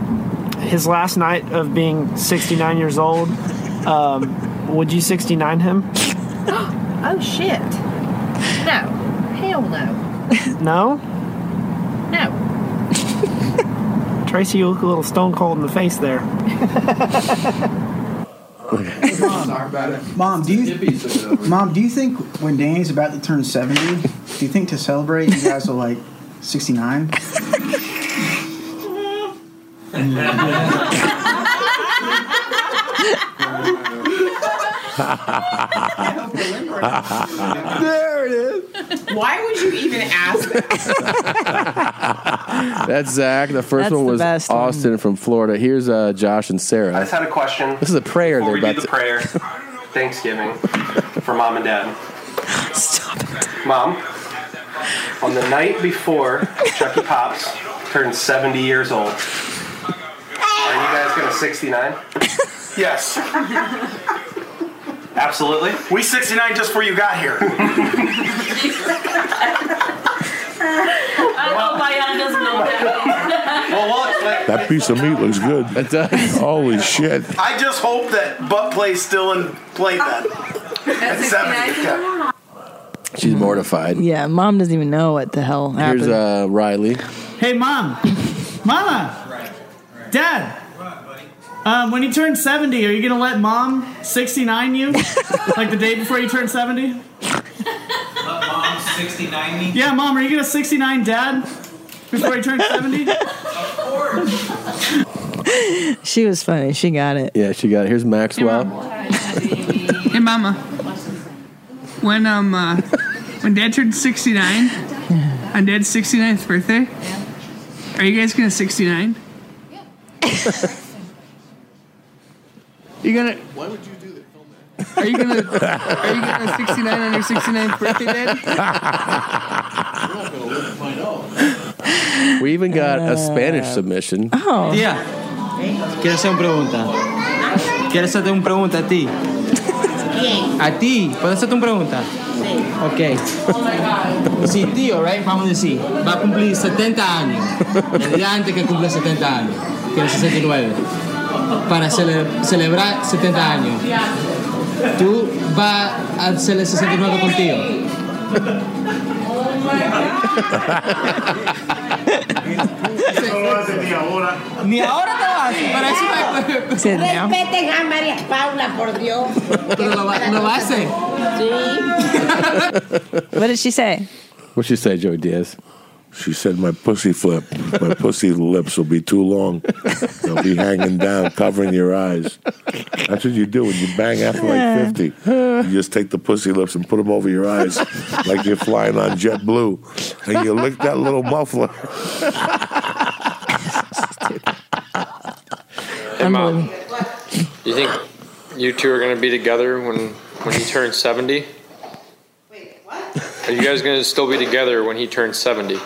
S11: his last night of being sixty nine years old, um, would you sixty nine him?
S12: Oh shit. No. Hell no.
S11: No,
S12: No.
S11: Tracy, you look a little stone cold in the face there.
S13: Mom, Mom, do you Mom, do you think when Danny's about to turn 70, do you think to celebrate you guys will like 69?
S1: there
S10: it is. Why would you even ask
S1: That's Zach. The first
S10: That's
S1: one
S10: the
S1: was
S10: best one.
S1: Austin from Florida. Here's uh, Josh and Sarah.
S14: I just had a question.
S1: This is a prayer.
S14: Before
S1: They're
S14: we do
S1: about
S14: the prayer,
S1: to.
S14: Thanksgiving for mom and dad. Stop it. Mom, on the night before Chucky Pops turned 70 years old, are you guys gonna 69?
S15: Yes.
S14: Absolutely.
S15: We 69 just before you got here.
S16: I hope I got this meltdown.
S15: Oh Well, what? Like,
S3: That piece of meat looks good. It does. Holy shit.
S15: I just hope that butt play's still in play then. At 70. Yeah.
S1: She's mortified.
S2: Yeah, mom doesn't even know what the hell happened.
S1: Here's uh, Riley.
S17: Hey, mom. Mama. Dad. Um, when you turn 70, are you going to let mom 69 you? like the day before you turn 70?
S18: Mom, 69 me.
S17: Yeah, mom, are you going to 69 dad before you turn 70?
S2: she was funny. She got it.
S1: Yeah, she got it. Here's Maxwell.
S19: Hey, Mama. When um uh, when Dad turned 69, on Dad's 69th birthday, are you guys gonna 69? you gonna? Why would you do that? Are you gonna? Are you gonna 69 on your 69th birthday, Dad?
S1: We even got a Spanish submission.
S2: Uh, Oh.
S18: Yeah.
S20: Quiero hacer una pregunta. Quiero hacerte una pregunta a ti.
S1: Oh,
S20: A ti, puedo hacerte una pregunta. Ok. Si tío, right, vamos a decir, va a cumplir 70 años. El día antes que cumple 70 años, tiene 69. Para cele- celebrar 70 años. ¿Tú vas a hacer el 69 contigo? Ni ahora te vas, para eso
S21: Respeten a María Paula, por Dios.
S20: Pero lo
S1: uh,
S20: va- lo va a hacer.
S2: What did she say?
S1: What'd she say, Joey Diaz?
S3: She said, "My pussy flip, my pussy lips will be too long. They'll be hanging down, covering your eyes. That's what you do when you bang after like fifty. You just take the pussy lips and put them over your eyes, like you're flying on JetBlue, and you lick that little muffler.
S22: Hey, mom. You think you two are going to be together when when he turns seventy? Wait, what? Are you guys going to still be together when he turns seventy?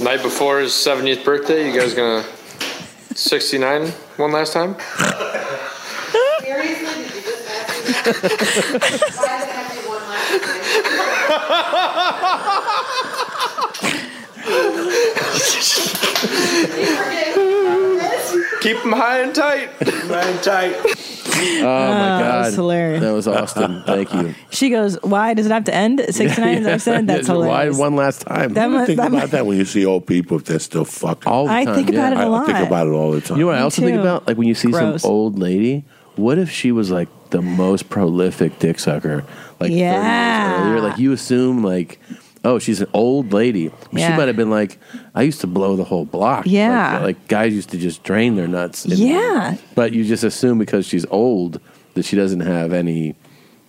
S22: Night before his seventieth birthday, you guys going to sixty nine one last time? Keep them high and tight.
S15: High and tight.
S1: Oh, my
S2: Oh,
S1: God.
S2: that was hilarious.
S1: That was Austin. Thank you.
S2: She goes, Why does it have to end at 69? As I said, that's hilarious.
S1: Why one last time?
S2: That mu-
S3: think
S2: that mu-
S3: about that when you see old people if they're still fucking.
S1: All the
S2: I time, think about yeah. it a
S3: I think
S2: lot.
S3: about it all the time.
S1: You know what I also think about? Like when you see
S2: Gross.
S1: some old lady, what if she was like the most prolific dick sucker? Like 30 years
S2: Yeah.
S1: earlier? Like you assume like, oh, she's an old lady. She
S2: Yeah.
S1: might have been like, I used to blow the whole block. Like,
S2: Yeah.
S1: Like, guys used to just drain their nuts. in-
S2: Yeah.
S1: But you just assume because she's old that she doesn't have any,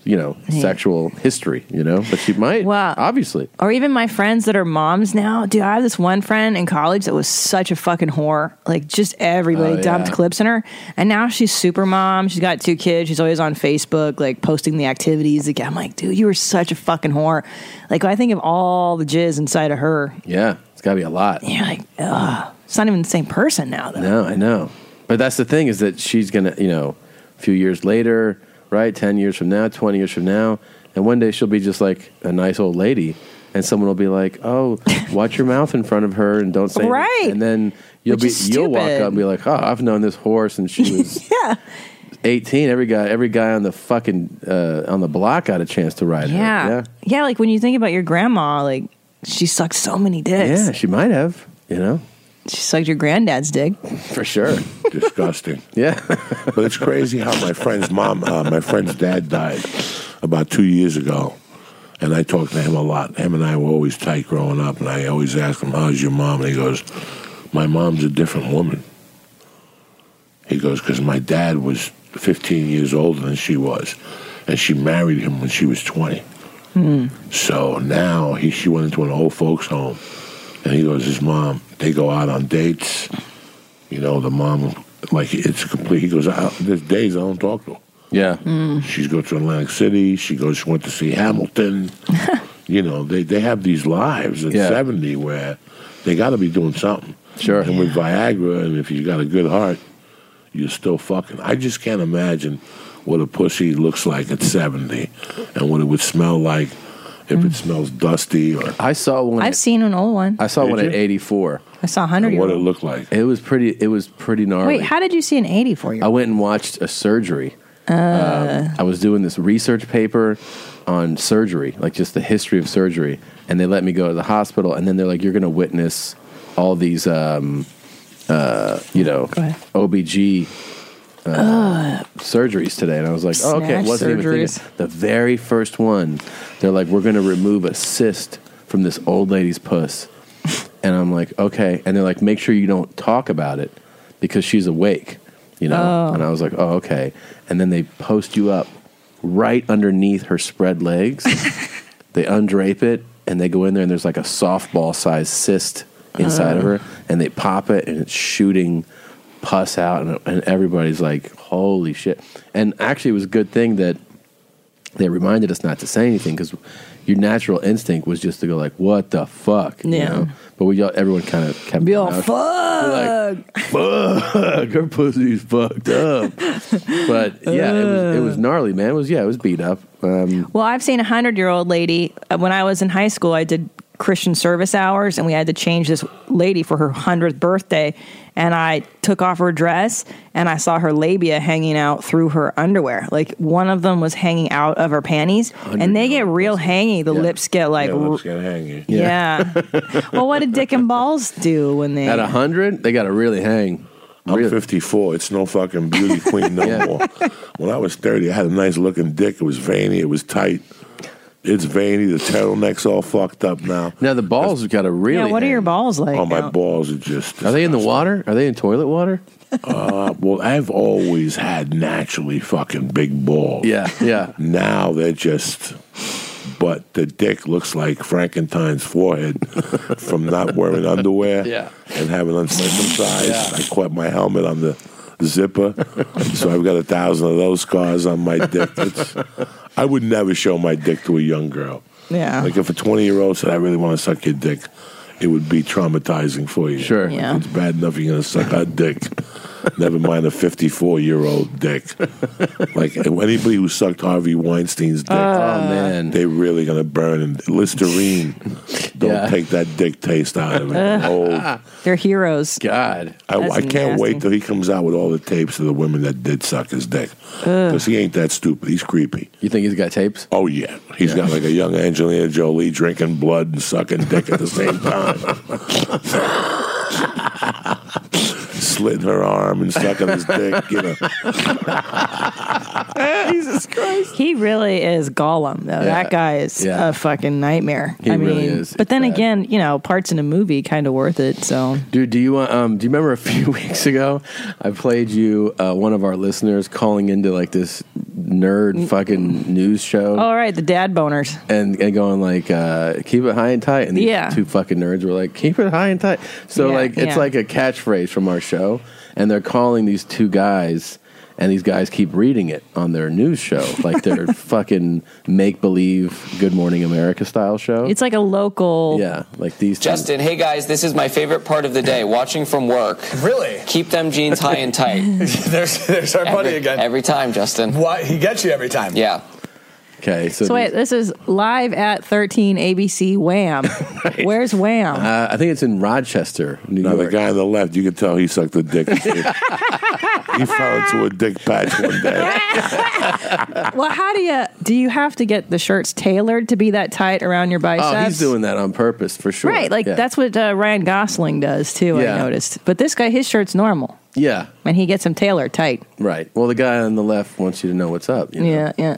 S1: you know,
S2: Yeah.
S1: sexual history, you know? But she might. Well, obviously.
S2: Or even my friends that are moms now. Dude, I have this one friend in college that was such a fucking whore. Like, just everybody
S1: Oh,
S2: dumped
S1: yeah.
S2: clips in her. And now she's super mom. She's got two kids. She's always on Facebook, like posting the activities. Like, I'm like, dude, you were such a fucking whore. Like, I think of all the jizz inside of her.
S1: Yeah. It's got to be a lot.
S2: You're like, ugh. It's not even the same person now, though.
S1: No, I know. But that's the thing is that she's going to, you know, a few years later, right? 10 years from now, 20 years from now. And one day she'll be just like a nice old lady. And someone will be like, oh, watch your mouth in front of her and don't say anything."
S2: Right.
S1: And then you'll
S2: Which
S1: be,
S2: is
S1: you'll walk
S2: stupid.
S1: up and be like, oh, I've known this whore since she was. 18 every guy every guy on the fucking uh, on the block got a chance to ride her.
S2: Yeah. yeah. like when you think about your grandma, like she sucked so many dicks.
S1: yeah she might have you know
S2: She sucked your granddad's dick.
S1: for sure
S3: disgusting
S1: yeah
S3: but it's crazy how my friend's mom uh, my friend's dad died about two years ago and i talked to him a lot him and i were always tight growing up and i always asked him how's your mom and he goes my mom's a different woman he goes because my dad was 15 years older than she was and she married him when she was 20
S2: Hmm.
S3: so now he, she went into an old folks home, and he goes, his mom. They go out on dates. You know, the mom like it's a complete. He goes, I, there's days I don't talk to her.
S1: Yeah,
S2: Mm.
S3: she goes to Atlantic City. She goes, she went to see Hamilton. you know, they they have these lives at
S1: Yeah.
S3: seventy where they got to be doing something.
S1: Sure.
S3: And with Viagra, and if you got a good heart, you're still fucking. I just can't imagine what a pussy looks like at 70 and what it would smell like if it smells dusty or.
S1: Mm. I saw one.
S2: I've seen an old one.
S1: I saw
S3: Did
S1: one at
S3: you?
S1: 84.
S2: I saw a hundred year old.
S1: looked like? It was pretty. It was pretty gnarly.
S2: Wait, how did you see an eighty for you?
S1: I went and watched a surgery.
S2: Uh.
S1: Um, I was doing this research paper on surgery, like just the history of surgery, and they let me go to the hospital, and then they're like, "You're going to witness all these, um, uh, you know, OBG uh,
S10: Oh,
S2: Ugh.
S1: surgeries today." And I was like, "Oh, okay,
S2: Snatch
S1: it wasn't even
S2: surgeries.
S1: thinking." The very first one, they're like, "We're going to remove a cyst from this old lady's puss," and I'm like, "Okay," and they're like, "Make sure you don't talk about it because she's awake." you know.
S2: Oh.
S1: And I was like, oh, okay. And then they post you up right underneath her spread legs. they undrape it and they go in there, and there's like a softball sized cyst inside of
S2: Oh.
S1: her, and they pop it, and it's shooting pus out, and, and everybody's like, holy shit. And actually, it was a good thing that they reminded us not to say anything because your natural instinct was just to go like, "What the fuck?" You
S2: Yeah.
S1: know? But we all, everyone kind of kept
S2: Be all,
S1: our mouth- We're like, fuck, her pussy's fucked up. But yeah, it was it was gnarly, man. It was yeah, it was beat up. Um,
S2: Well, I've seen a hundred year old lady. Uh, When I was in high school, I did Christian service hours, and we had to change this lady for her hundredth birthday. And I took off her dress, and I saw her labia hanging out through her underwear. Like one of them was hanging out of her panties, and they get real hangy. The lips get like,
S1: Yeah, the lips
S2: r-
S3: get hangy.
S2: yeah. well, what did Dick and Balls do when they?
S1: At hundred, they got to really hang.
S3: I'm 54. It's no fucking beauty queen no more. When I was 30, I had a nice looking dick. It was veiny. It was tight. It's veiny. The turtleneck's all fucked up now.
S1: Now the balls have got to really.
S2: yeah, what are
S1: hang.
S2: your balls like?
S3: oh, my
S2: now?
S3: balls are just.
S1: Are they in the water? Are they in toilet water?
S3: uh, well, I've always had naturally fucking big balls.
S1: Yeah, yeah.
S3: Now they're just. But the dick looks like Frankenstein's forehead from not wearing underwear
S1: Yeah.
S3: and having uncircumcised.
S1: Yeah.
S3: I caught my helmet on the zipper, so I've got a thousand of those scars on my dick. It's, I would never show my dick to a young girl.
S1: Oh
S2: Yeah.
S3: Like if a 20 year old said, I really want to suck your dick, it would be traumatizing for you. Sure.
S2: Yeah.
S3: It's bad enough you're going to suck our dick. Never mind a 54 year old dick. Like anybody who sucked Harvey Weinstein's dick,
S1: Uh. Oh, man.
S3: they really going to burn. And Listerine, don't
S1: Yeah.
S3: take that dick taste out of it.
S2: Ugh.
S3: Oh,
S2: They're heroes.
S1: God.
S3: I,
S2: That's
S3: I can't
S2: nasty.
S3: wait till he comes out with all the tapes of the women that did suck his dick. Because he ain't that stupid. He's creepy.
S1: You think he's got tapes?
S3: Oh, yeah. he's got like a young Angelina Jolie drinking blood and sucking dick at the same time. Slitting her arm and sucking his dick, you know.
S2: Jesus Christ. He really is Gollum, though. That guy is
S1: Yeah.
S2: a fucking nightmare.
S1: He
S2: I mean,
S1: really is.
S2: But then
S1: Bad.
S2: again, you know, parts in a movie kind of worth it. So,
S1: Dude, do you want? Um, do you remember a few weeks ago? I played you uh, one of our listeners calling into like this nerd fucking news show.
S2: Mm. Oh, all right, the dad boners.
S1: and, and going like uh, keep it high and tight and these
S2: Yeah.
S1: two fucking nerds were like keep it high and tight so
S2: Yeah,
S1: like it's
S2: yeah.
S1: like a catchphrase from our show and they're calling these two guys and these guys keep reading it on their news show like their fucking make believe good morning america style show
S2: It's like a local.
S1: yeah like these
S6: Justin, hey guys, this is my favorite part of the day, watching from work. Really? Keep them jeans high and tight.
S8: there's, there's our buddy
S6: Every-
S8: again.
S6: Every time, Justin.
S8: Why he gets you every time?
S6: Yeah.
S1: okay so,
S2: So, wait,
S1: these-
S2: this is live at 13 ABC Wham. Where's Wham?
S1: uh, i think it's in rochester new
S3: Now, the
S1: york
S3: guy on the left, you can tell he sucked a dick. he fell into a dick patch one day.
S2: well, how do you do? You have to get the shirts tailored to be that tight around your biceps.
S1: oh he's doing that on purpose for sure
S2: right. Like
S1: Yeah.
S2: that's what uh, Ryan Gosling does too.
S1: Yeah.
S2: I noticed. But this guy, his shirt's normal,
S1: yeah
S2: and he gets them tailored tight.
S1: right well the guy on the left wants you to know what's up you know?
S2: Yeah, yeah.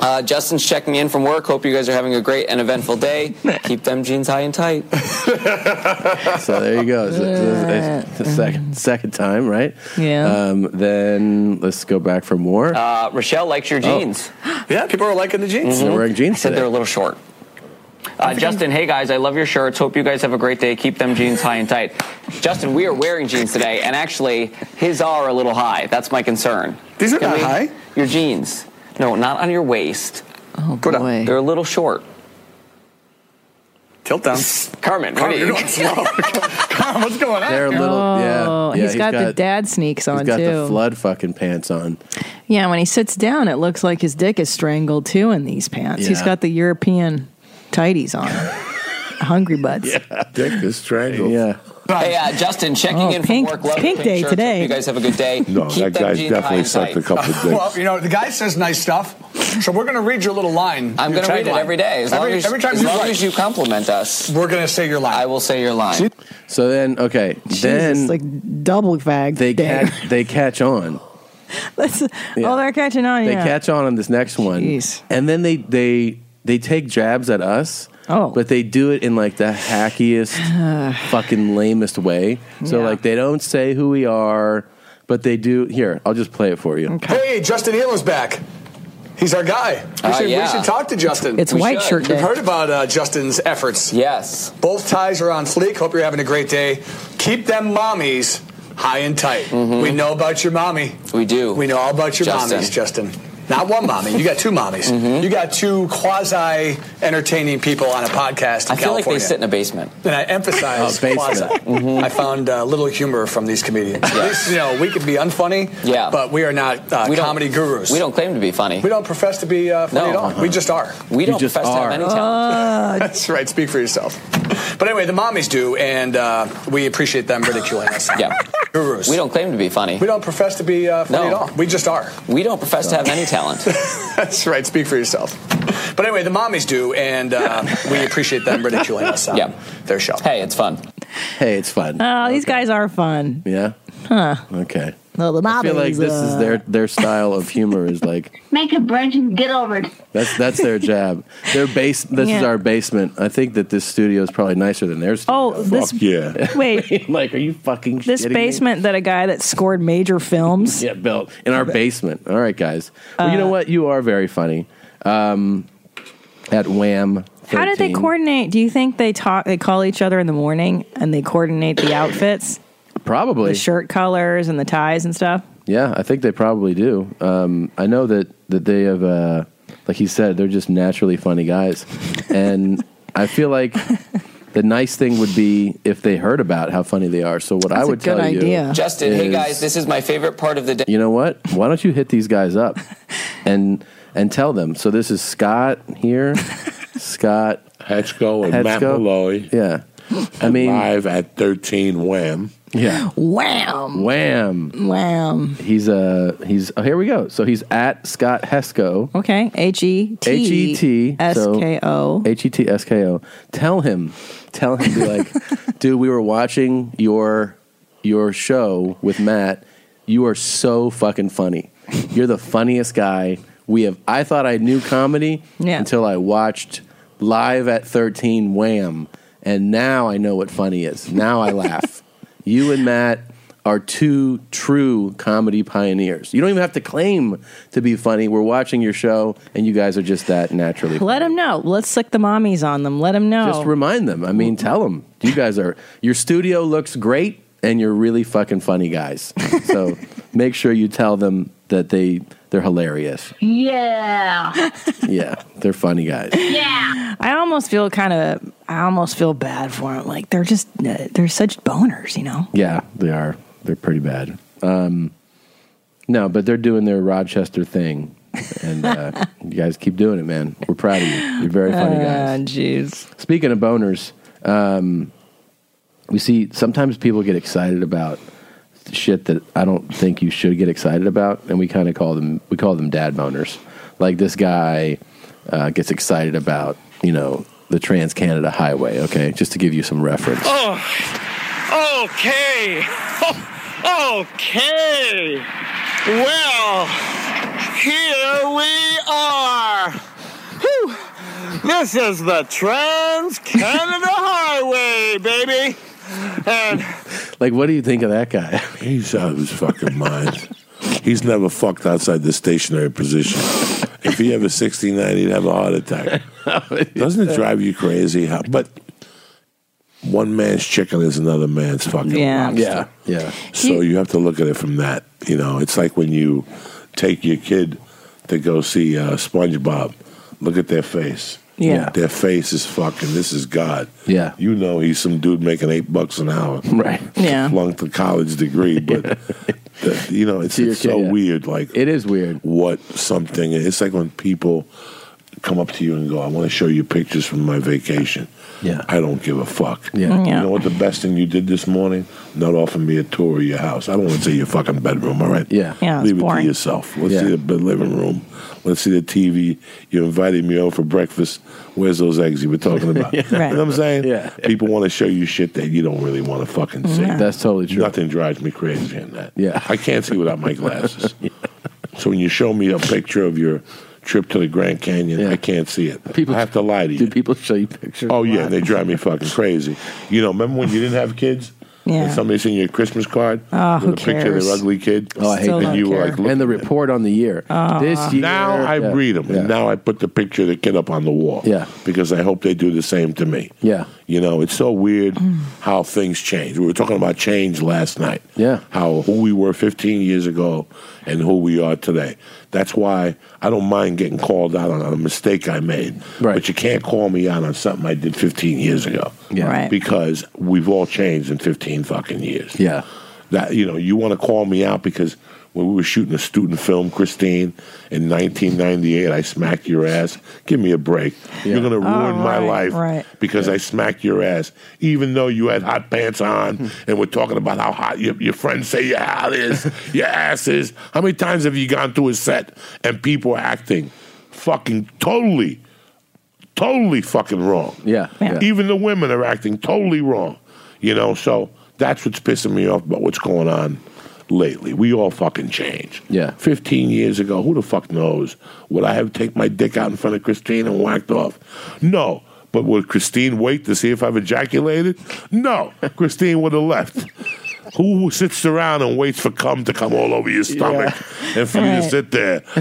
S6: Uh, Justin's checking me in from work. Hope you guys are having a great and eventful day. Keep them jeans high and tight.
S1: so there you go. It's, it's- it's the second second time, right?
S6: Yeah.
S1: Um, then let's go back for more.
S6: Uh, Rochelle likes your
S1: Oh.
S6: jeans.
S1: yeah, people are liking the
S6: jeans.
S1: They're wearing jeans.
S6: I said
S1: today.
S6: they're a little short. Uh, Justin, hey guys, I love your shirts. Hope you guys have a great day. Keep them jeans high and tight. Justin, we are wearing jeans today, and actually, his are a little high. That's my concern. These are not high. Your jeans. No, not on your waist. Oh boy, they're a little short. Tilt down, Carmen. what are
S15: Carmen,
S6: you?
S15: you're going slow.
S6: Carmen, what's going
S1: They're a little,
S2: Oh,
S1: yeah, yeah.
S2: he's got the dad sneaks on,
S1: He's got
S2: too.
S1: the flood fucking pants on.
S2: Yeah, when he sits down, it looks like his dick is strangled too in these pants. He's
S1: Yeah.
S2: got the European tighties on. Hungry butts.
S3: Dick is strangled.
S1: Yeah.
S6: Hey, uh, Justin, checking
S2: Oh,
S6: in from
S2: pink-
S6: work. Love the
S2: pink day
S6: shirts.
S2: today.
S6: Hope you guys have a good day.
S3: No,
S6: Keep
S3: that
S6: them
S3: guy's
S6: jeans high
S3: definitely
S6: and tight.
S3: sucked a couple of dicks.
S8: well, you know, the guy says nice stuff, so we're going to read your little line.
S6: I'm
S8: your
S6: going to read it
S8: tagline.
S6: every day. As
S8: every,
S6: long, as,
S8: every time
S6: as,
S8: you
S6: long
S8: write.
S6: as you compliment us,
S8: we're going to say your line.
S6: I will say your line.
S1: So then, okay, then
S2: Jesus, like double fag.
S1: they
S2: day.
S1: catch, they catch on.
S2: That's- Oh, they're catching on.
S1: They
S2: yeah.
S1: catch on on this next one, and then they they they take jabs at us.
S2: Oh,
S1: but they do it in like the hackiest, fucking lamest way. So
S8: Yeah.
S1: like they don't say who we are, but they do. Here, I'll just play it for you.
S8: Hey, Justin Halo's back. He's our guy. We,
S1: Uh,
S8: should,
S1: yeah.
S8: we should talk to Justin.
S1: It's
S8: We
S1: white
S8: should.
S1: shirt day.
S8: We've heard about uh, Justin's efforts.
S6: Yes.
S8: Both ties are on fleek. Hope you're having a great day. Keep them mommies high and tight. We know about your mommy.
S6: Mm-hmm. We do.
S8: We know all about your
S6: Justin. Mm-hmm.
S8: mommies, Justin. Not one mommy. You got two mommies. You got two quasi entertaining people on a podcast.
S6: I
S8: In
S6: feel like they
S8: California.
S6: sit in a basement.
S8: And I emphasize
S6: Oh, basement.
S8: quasi. I found uh, little humor from these comedians. At least, you know, we could be unfunny,
S6: Yeah.
S8: but we are not uh,
S6: We don't-
S8: comedy gurus.
S6: We don't claim to be funny.
S8: We don't profess to be uh, funny
S6: No.
S8: at all. We just are.
S6: We You don't just profess to have are. any talent.
S8: That's right. Speak for yourself. But anyway, the mommies do, and uh, we appreciate them ridiculing us.
S6: Yeah.
S8: Gurus.
S6: We don't claim to be funny.
S8: We don't profess to be uh, funny
S6: No.
S8: at all. We just are.
S6: We don't profess to have any talent.
S8: That's right. Speak for yourself. But anyway, the mommies do, and uh, we appreciate them ridiculing us on
S6: Yeah.
S8: their show.
S6: Hey, it's fun.
S1: Hey, it's fun.
S2: Oh, these guys are fun.
S1: Yeah.
S2: Huh. uh,
S1: Okay.
S2: Well, the
S1: I feel like this is their their style of humor is like
S16: Make a brunch and get over it.
S1: that's that's their jab. Their base. This is
S2: Yeah.
S1: our basement. I think that this studio is probably nicer than theirs.
S2: Oh, this
S1: yeah.
S2: wait.
S1: like, are you fucking
S2: this
S1: shitting me?
S2: basement that a guy that scored major films?
S1: Yeah, built in our basement. All right, guys. Well, you know what? You are very funny. Um, at Wham.
S2: How did they
S1: 13.
S2: coordinate? Do you think they talk? They call each other in the morning and they coordinate the outfits,
S1: Probably.
S2: the shirt colors, and the ties and stuff.
S1: Yeah, I think they probably do. Um, I know that that they have, uh, like he said, they're just naturally funny guys, and I feel like the nice thing would be if they heard about how funny they are. So what I
S6: That's a
S1: would
S6: good
S1: tell you,
S6: idea. Justin, hey, guys, this is my favorite part of the day.
S1: You know what? Why don't you hit these guys up and and tell them? So this is Scott here, Scott
S3: Hetchko and Matt Malloy.
S1: Yeah, I mean,
S3: live at 13 Wham.
S1: Yeah.
S2: Wham.
S1: Wham.
S2: Wham.
S1: He's uh he's oh, here we go. So he's at Scott Hesco.
S2: Okay. H E T
S1: H E T
S2: S K O.
S1: H E T S K O. Tell him, tell him, be like, dude, we were watching your your show with Matt. You are so fucking funny. You're the funniest guy we have. I thought I knew comedy
S2: Yeah.
S1: until I watched live at 13 Wham, and now I know what funny is. Now I laugh. you and Matt are two true comedy pioneers. You don't even have to claim to be funny. We're watching your show, and you guys are just that naturally.
S2: Let him know. Let's slick the mommies on them. Let him know.
S1: Just remind them. I mean, tell them you guys are. Your studio looks great, and you're really fucking funny guys. So make sure you tell them that they they're hilarious.
S2: yeah.
S1: Yeah, they're funny guys.
S2: yeah. I almost feel kind of. I almost feel bad for them. Like they're just. They're such boners, you know.
S1: Yeah, they are. They're pretty bad. Um, no, but they're doing their Rochester thing, and uh, you guys keep doing it, man. We're proud of you. You're very funny guys.
S2: Ah, Jeez.
S1: Speaking of boners, um, we see sometimes people get excited about shit that I don't think you should get excited about, and we kind of call them we call them dad boners. Like this guy uh, gets excited about you know the Trans Canada Highway. Okay, just to give you some reference.
S5: Oh, okay. Okay. Well, here we are. Whew. This is the Trans Canada Highway, baby. And
S1: Like, what do you think of that guy?
S3: He's out of his fucking mind. He's never fucked outside the stationary position. If he ever 69, he'd have a heart attack. Doesn't it drive you crazy? How, but one man's chicken is another man's fucking
S2: Yeah.
S3: lobster.
S2: Yeah,
S1: yeah.
S3: So you have to look at it from that. You know, it's like when you take your kid to go see uh, SpongeBob. Look at their face.
S1: Yeah.
S3: Their face is fucking, this is God.
S1: Yeah.
S3: You know he's some dude making eight bucks an hour.
S1: Right.
S2: Yeah.
S3: Flunked a college degree, but the- you know, it's, it's so weird. Like
S1: it is weird.
S3: What something? It's like when people come up to you and go, "I want to show you pictures from my vacation."
S1: Yeah.
S3: I don't give a fuck.
S1: Yeah.
S3: You know what the best thing you did this morning? Not offer me a tour of your house. I don't want to see your fucking bedroom, all right?
S1: Yeah.
S2: Yeah, it's
S3: Leave it
S2: boring.
S3: to yourself. Let's see the bed- living room. Let's see the TV. You invited me over for breakfast. Where's those eggs you were talking about?
S1: Yeah.
S3: You know what I'm saying?
S1: Yeah.
S3: People want to show you shit that you don't really want to fucking see.
S1: Yeah. That's totally true.
S3: Nothing drives me crazy in that.
S1: Yeah.
S3: I can't see without my glasses. So when you show me a picture of your trip to the Grand Canyon, I can't see it. People I have to lie to you. Do
S1: people show you pictures?
S3: Oh yeah, they drive me fucking crazy. You know, remember when you didn't have kids?
S1: Yeah.
S3: And somebody sent you a Christmas card
S2: Ah,
S1: Oh,
S3: with a
S1: who
S3: picture of
S1: cares?
S3: their ugly kid.
S1: Oh, I hate
S3: and
S1: that.
S3: you were like, look
S1: and the report on the year.
S2: Ah.
S1: this year.
S3: now I
S1: Yeah.
S3: read them, and now I put the picture of the kid up on the wall.
S1: Yeah.
S3: because I hope they do the same to me.
S1: Yeah.
S3: You know, it's so weird
S1: Mm.
S3: how things change. We were talking about change last night.
S1: Yeah.
S3: How who we were 15 years ago and who we are today. That's why I don't mind getting called out on a mistake I made. Right. But you can't call me out on something I did 15 years ago.
S1: Yeah. Right.
S3: Because we've all changed in 15 fucking years
S1: Yeah.
S3: that you know you want to call me out because when we were shooting a student film, Christine, in 1998, I smacked your ass. Give me a break. You're going to ruin my life because I smacked your ass, even though you had hot pants on and we're talking about how hot your, your friends say your hat is, your ass is. How many times have you gone to a set and people are acting fucking totally, totally fucking wrong?
S1: Yeah. yeah.
S3: Even the women are acting totally wrong. You know, so that's what's pissing me off about what's going on lately. We all fucking change.
S1: Yeah.
S3: 15 years ago, who the fuck knows? Would I have taken my dick out in front of Christine and whacked off? No. But would Christine wait to see if I've ejaculated? No. Christine would have left. Who sits around and waits for cum to come all over your stomach and for you to
S1: Right.
S3: sit there?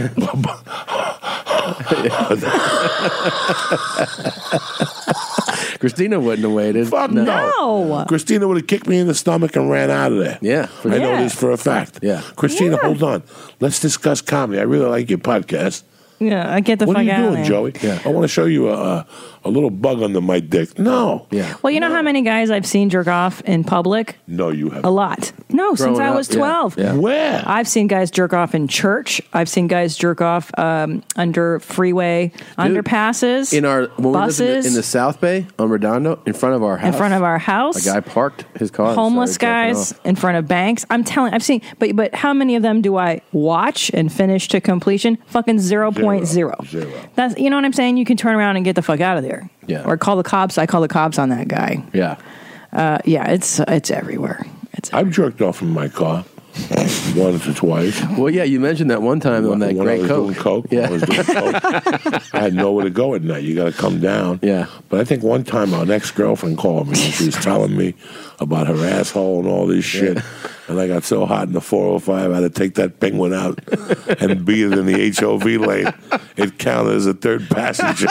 S1: Christina wouldn't have waited.
S3: Fuck
S1: No.
S3: no.
S1: No.
S3: Christina would have kicked me in the stomach and ran out of there.
S1: Yeah.
S3: I know
S1: Yeah.
S3: this for a fact.
S1: Yeah.
S3: Christina, hold on. Let's discuss comedy. I really like your podcast.
S2: Yeah, I get the
S3: what
S2: fuck
S3: are you
S2: out
S3: doing,
S2: of there.
S3: Joey? I want to show you a, a a little bug under my dick. No. Yeah.
S2: Well, you know how many guys I've seen jerk off in public?
S3: No, you haven't.
S2: A lot. No, since
S3: Growing
S2: I
S3: up,
S2: was
S3: yeah,
S2: 12.
S3: yeah. Where?
S2: I've seen guys jerk off in church. I've seen guys jerk off um, under freeway
S1: Dude,
S2: underpasses.
S1: in our when
S2: buses.
S1: we lived in the, in the South Bay on Redondo, in front of our house,
S2: front of our house.
S1: a guy parked his car. and
S2: homeless
S1: started jerking
S2: guys
S1: off.
S2: in front of banks. I'm telling, I've seen, but but how many of them do I watch and finish to completion? Fucking 0.0. That's you know what I'm saying. You can turn around and get the fuck out of there.
S1: Yeah.
S2: Or call the cops. I call the cops on that guy.
S1: Yeah.
S2: Uh, yeah, it's it's everywhere.
S3: I've jerked off in my car once or twice.
S1: Well, yeah, you mentioned that one time on that
S3: when
S1: great
S3: I was
S1: coke.
S3: doing coke, yeah. I, was doing coke. I had nowhere to go at night. You got to come down. Yeah. But I think one time our ex girlfriend called me and she was telling me about her asshole and all this shit. And I got so hot in the 405, I had to take that penguin out and beat it in the HOV lane. It counted as a third passenger.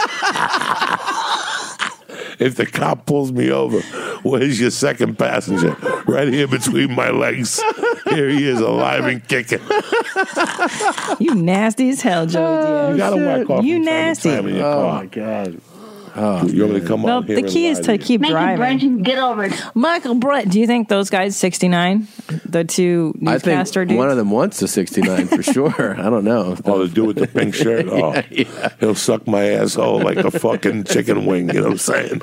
S3: If the cop pulls me over, where's your second passenger? Right here between my legs. Here he is, alive and kicking.
S2: you nasty as hell, Joey. Diaz.
S3: Oh, You gotta whack off
S2: You
S3: from time to
S2: nasty.
S3: time in your
S2: Oh
S3: car. Oh, god. you want me to come
S2: well,
S3: on here
S2: the
S3: and
S2: key is
S3: lie
S2: to
S3: you?
S2: keep
S16: Michael
S2: driving.
S16: Brett
S2: and get over it. Michael Brett, do you think those guys, 69, the two
S1: I think
S2: newscaster dudes?
S1: one of them wants the 69 for sure. I don't know.
S3: Oh, the dude with the pink shirt. Oh, he'll suck my asshole like a fucking chicken wing. You know what I'm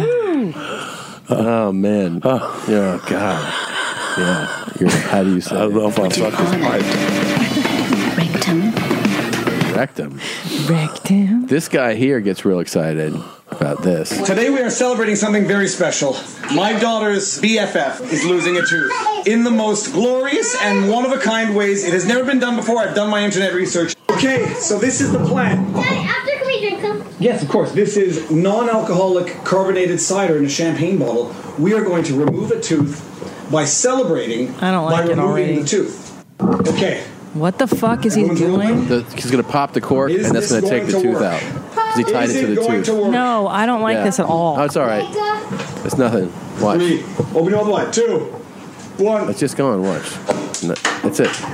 S3: saying?
S1: Oh man. Oh, God. Yeah. You're, how do you say? I don't know
S3: if I'll suck his
S1: Rectum. Rectum.
S2: Rectum.
S1: This guy here gets real excited about this.
S4: Today we are celebrating something very special. My daughter's BFF is losing a tooth. In the most glorious and one of a kind ways. It has never been done before. I've done my internet research. Okay, so this is the plan.
S9: After can we drink them?
S4: Yes, of course. This is non alcoholic carbonated cider in a champagne bottle. We are going to remove a tooth by celebrating
S2: I don't
S4: by
S2: like it
S4: removing
S2: already.
S4: the tooth. Okay.
S2: What the fuck is he doing?
S1: The, he's going to pop the cork,
S4: Is
S1: and that's
S4: this
S1: going to take
S4: going
S1: the
S4: to
S1: tooth
S4: work?
S1: out because he tied
S4: Is
S1: it to
S4: it
S1: the
S4: going
S1: tooth.
S4: to work?
S2: No, I don't like
S1: Yeah.
S2: this at all.
S1: Oh, it's all right. It's nothing. Watch.
S4: Three. Open your other eye. Two. One.
S1: Let's just go and watch. No, that's it.
S4: It worked!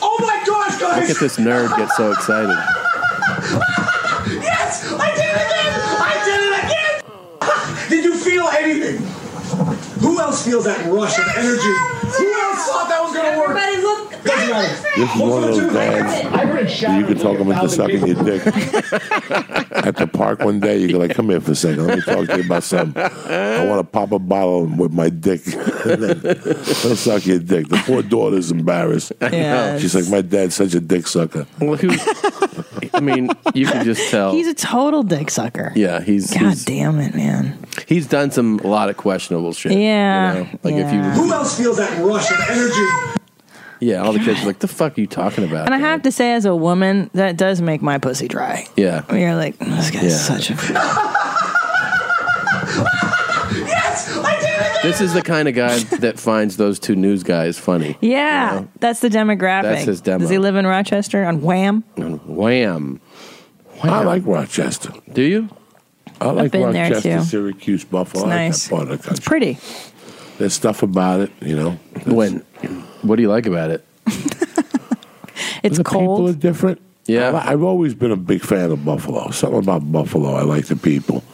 S4: Oh my gosh,
S1: Look at this nerd get so excited.
S4: Yes! I did it again! I did it again! Did you feel anything? Who else feels that rush of energy? Who else thought that was gonna work? Everybody look! Doesn't matter.
S3: This is one of those guys that you can talk him into sucking your dick. At the park one day, you go like, "Come here for a second. Let me talk to you about something. I want to pop a bottle with my dick. And then He'll suck your dick." The poor daughter's embarrassed.
S1: Yes.
S3: She's like, "My dad's such a dick sucker."
S1: Well, who? I mean, you can just tell.
S2: He's a total dick sucker.
S1: Oh. yeah, he's.
S2: God damn it, man.
S1: He's done some a lot of questionable shit.
S2: Yeah,
S1: you know? like if
S4: Who
S1: you,
S4: else feels that rush of energy?
S1: yeah, all the kids are like, "The fuck are you talking about?"
S2: And I have to say, as a woman, that does make my pussy dry.
S1: yeah,
S2: You're like, "Oh, this guy's such a.
S4: Yes! I did it again!
S1: This is the kind of guy that finds those two news guys funny.
S2: Yeah, that's the demographic.
S1: That's his demo.
S2: Does he live in Rochester on Wham?
S1: And wham. I
S3: like Rochester.
S1: Do you?
S3: I like
S2: been there,
S3: Rochester,
S2: too.
S3: Syracuse, Buffalo.
S2: It's
S3: I like
S2: nice.
S3: that part of the country.
S2: Pretty.
S3: There's stuff about it, you know.
S1: When? What do you like about it?
S2: It's cold.
S3: People are different. Yeah, I, have always been a big fan of Buffalo. Something about Buffalo, I like the people.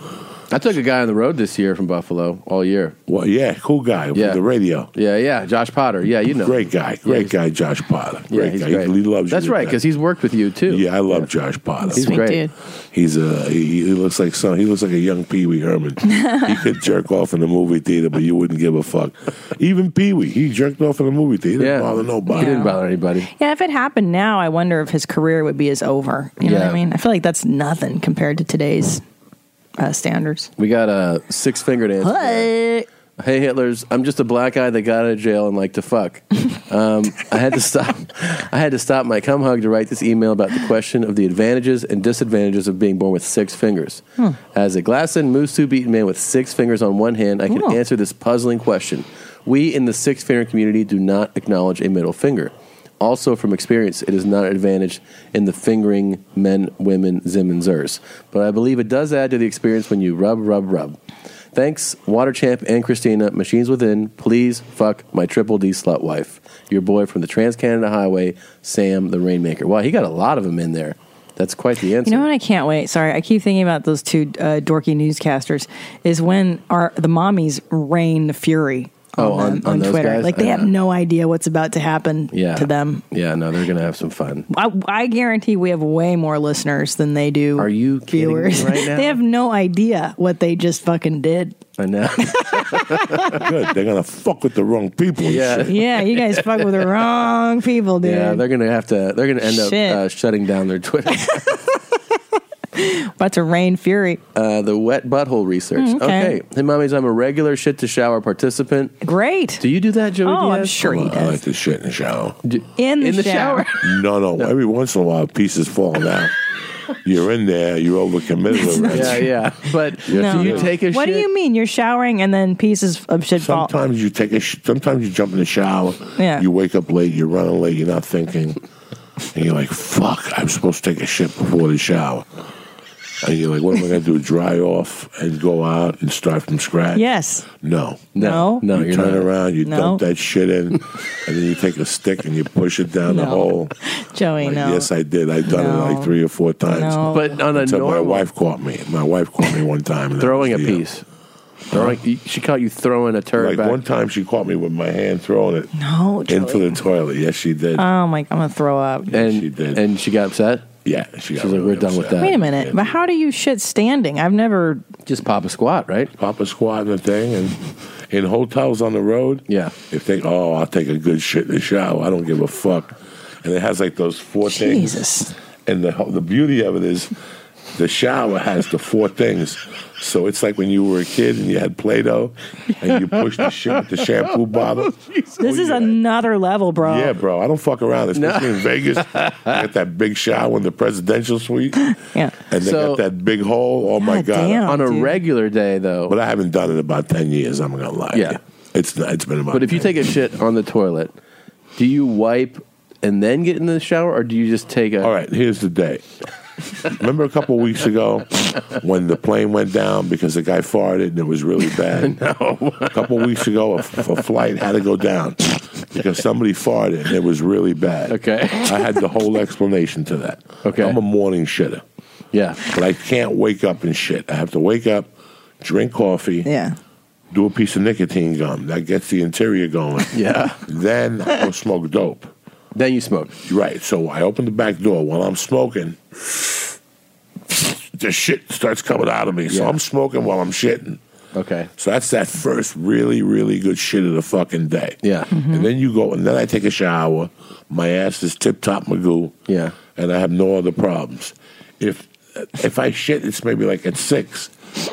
S1: I took a guy on the road this year from Buffalo all year.
S3: Well, yeah, cool guy with
S1: Yeah.
S3: the radio.
S1: Yeah, yeah, Josh Potter. Yeah, you know,
S3: Great guy, great guy, Josh Potter. Great
S1: he's
S3: guy.
S1: great.
S3: He, he loves
S1: That's
S3: you.
S1: right, 'cause he's worked with you too.
S3: Yeah, I love Josh Potter.
S1: He's Sweet great. dude.
S3: He's a he, he looks like some. He looks like a young Pee Wee Herman. he could jerk off in the movie theater, but you wouldn't give a fuck. Even Pee Wee, he jerked off in the movie theater. He didn't bother nobody.
S2: He didn't bother
S1: anybody.
S2: Yeah, if it happened now, I wonder if his career would be as over. You know what
S1: Yeah.
S2: I mean? I feel like that's nothing compared to today's uh, standards.
S1: we got a six fingered answer.
S2: What?
S1: Hey Hitler's, I'm just a black guy that got out of jail and like to fuck. Um, I had to stop. I had to stop my cum hug to write this email about the question of the advantages and disadvantages of being born with six fingers.
S5: Hmm.
S1: As a Glasson moose soup eating man with six fingers on one hand, I can
S5: Cool.
S1: answer this puzzling question. We in the six finger community do not acknowledge a middle finger. Also, from experience, it is not an advantage in the fingering men, women, zim, and zers. But I believe it does add to the experience when you rub, rub, rub. Thanks, Water Champ and Christina, Machines Within. Please fuck my triple D slut wife. your boy from the Trans Canada Highway, Sam the Rainmaker. Wow, he got a lot of them in there. That's quite the answer.
S2: You know what? I can't wait. Sorry, I keep thinking about those two uh, dorky newscasters. Is when our the mommies rain fury on,
S1: Oh, on-
S2: them,
S1: on those
S2: Twitter.
S1: guys?
S2: Like they have
S1: Uh.
S2: no idea what's about to happen
S1: yeah.
S2: to them.
S1: Yeah, no, they're going to have some fun.
S2: I, I guarantee we have way more listeners than they do. Are
S1: you kidding me
S2: viewers?
S1: right now?
S2: they have no idea what they just fucking did.
S1: I know.
S3: Good. They're gonna fuck with the wrong people. and
S1: Yeah.
S3: shit.
S2: Yeah, you guys fuck with the wrong people, dude.
S1: Yeah, they're going to have to, they're going to end up
S2: Shit.
S1: uh, shutting down their Twitter.
S2: About to rain fury.
S1: Uh, the wet butthole research.
S2: Mm, okay.
S1: okay. Hey, mommies, I'm a regular shit to shower participant.
S2: Great.
S1: Do you do that, Joey?
S2: Oh, I'm
S1: Diaz?
S2: sure he
S3: I like to shit in the shower.
S2: In the, shower.
S3: No, no, Every once in a while, pieces fall out. You're in there. You're overcommitted. already.
S1: Yeah, yeah. But do you take a
S2: What do
S1: shit?
S2: you mean? You're showering and then pieces of shit fall.
S3: Sometimes you take a. Sh- sometimes you jump in the shower.
S2: Yeah.
S3: You wake up late. You're running late. You're not thinking, and you're like, "Fuck! I'm supposed to take a shit before the shower." And you're like, "What am I gonna do? Dry off and go out and start from scratch?"
S2: Yes.
S3: No.
S1: No. No,
S3: You
S1: you're
S3: turn
S1: not.
S3: around. You
S2: No.
S3: dump that shit in, and then you take a stick and you push it down the
S2: No.
S3: hole.
S2: Joey, no.
S3: Yes, I did. I've done
S2: No.
S3: it like three or four times.
S2: No. But
S1: on a
S3: Until my
S1: normal-
S3: wife caught me. My wife caught me one time. and that
S1: Throwing
S3: was
S1: a
S3: the, uh,
S1: piece. Throwing, she caught you throwing a turd
S3: Like
S1: back.
S3: one time, she caught me with my hand throwing it
S2: No,
S3: into the toilet. Yes, she did.
S2: Oh my! I'm gonna throw up.
S1: and she did. And she got upset?
S3: Yeah. She
S1: was like, we're done with that.
S2: Wait a minute. But how do you shit standing? I've never.
S1: Just pop a squat, right?
S3: Pop a squat and a thing, and in hotels on the road.
S1: Yeah.
S3: If they, oh, I'll take a good shit in the shower. I don't give a fuck. And it has like those four
S2: things.
S3: And the ho- the beauty of it is, the shower has the four things. So it's like when you were a kid and you had Play-Doh, and you pushed the shit with the shampoo bottle.
S2: This is another level, bro.
S3: Yeah, bro. I don't fuck around, especially
S2: No.
S3: in Vegas. You got that big shower in the presidential suite.
S2: Yeah.
S3: Oh. And they
S1: So-
S3: got that big hole. Oh my god!
S1: damn, On a dude. regular day, though.
S3: But I haven't done it in about ten years. I'm not gonna lie.
S1: Yeah.
S3: to you. It's not- it's been about.
S1: But if you
S3: 10
S1: take a shit on the toilet, do you wipe and then get in the shower, or do you just take a? All
S3: right, here's the day. Remember a couple weeks ago when the plane went down because the guy farted and it was really bad?
S1: no.
S3: A couple weeks ago, a, a flight had to go down because somebody farted and it was really bad.
S1: Okay.
S3: I had the whole explanation to that.
S1: Okay.
S3: I'm a morning shitter.
S1: Yeah.
S3: But I can't wake up and shit. I have to wake up, drink coffee.
S2: Yeah.
S3: Do a piece of nicotine gum. That gets the interior going.
S1: Yeah.
S3: Then I go smoke dope.
S1: Then you smoke.
S3: Right. So I open the back door while I'm smoking. The shit starts coming out of me. So
S1: Yeah.
S3: I'm smoking while I'm shitting.
S1: Okay.
S3: So that's that first really, really good shit of the fucking day.
S1: Yeah.
S3: And then you go, and then I take a shower. My ass is tip top magoo.
S1: Yeah.
S3: And I have no other problems. If if I shit, it's maybe like at six,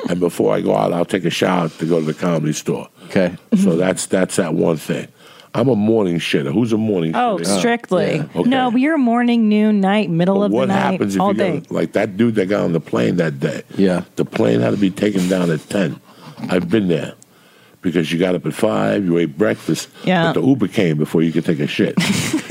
S3: and before I go out, I'll take a shower to go to the comedy store.
S1: Okay.
S3: So that's that's that one thing. I'm a morning shitter. Who's a morning?
S2: Oh,
S3: shitter?
S2: strictly.
S3: Yeah. Okay.
S2: No, but you're morning, noon, night, middle
S3: But
S2: of
S3: what
S2: the night,
S3: happens if
S2: all
S3: you
S2: day.
S3: go, like that dude that got on the plane that day?
S1: Yeah.
S3: The plane had to be taken down at ten. I've been there because you got up at five, you ate breakfast,
S2: Yeah.
S3: but the Uber came before you could take a shit.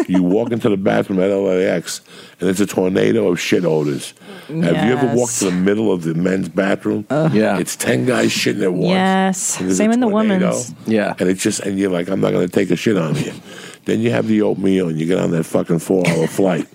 S3: you walk into the bathroom at LAX, and it's a tornado of shit odors. Have you ever
S2: Yes.
S3: walked to the middle of the men's bathroom?
S1: Yeah.
S3: It's ten guys shitting at once.
S2: Yes.
S3: and there's a
S2: Same in the
S3: tornado,
S2: woman's.
S1: Yeah.
S3: And it's just, and you're like, I'm not going to take a shit on you. Then you have the oatmeal and you get on that fucking four hour flight.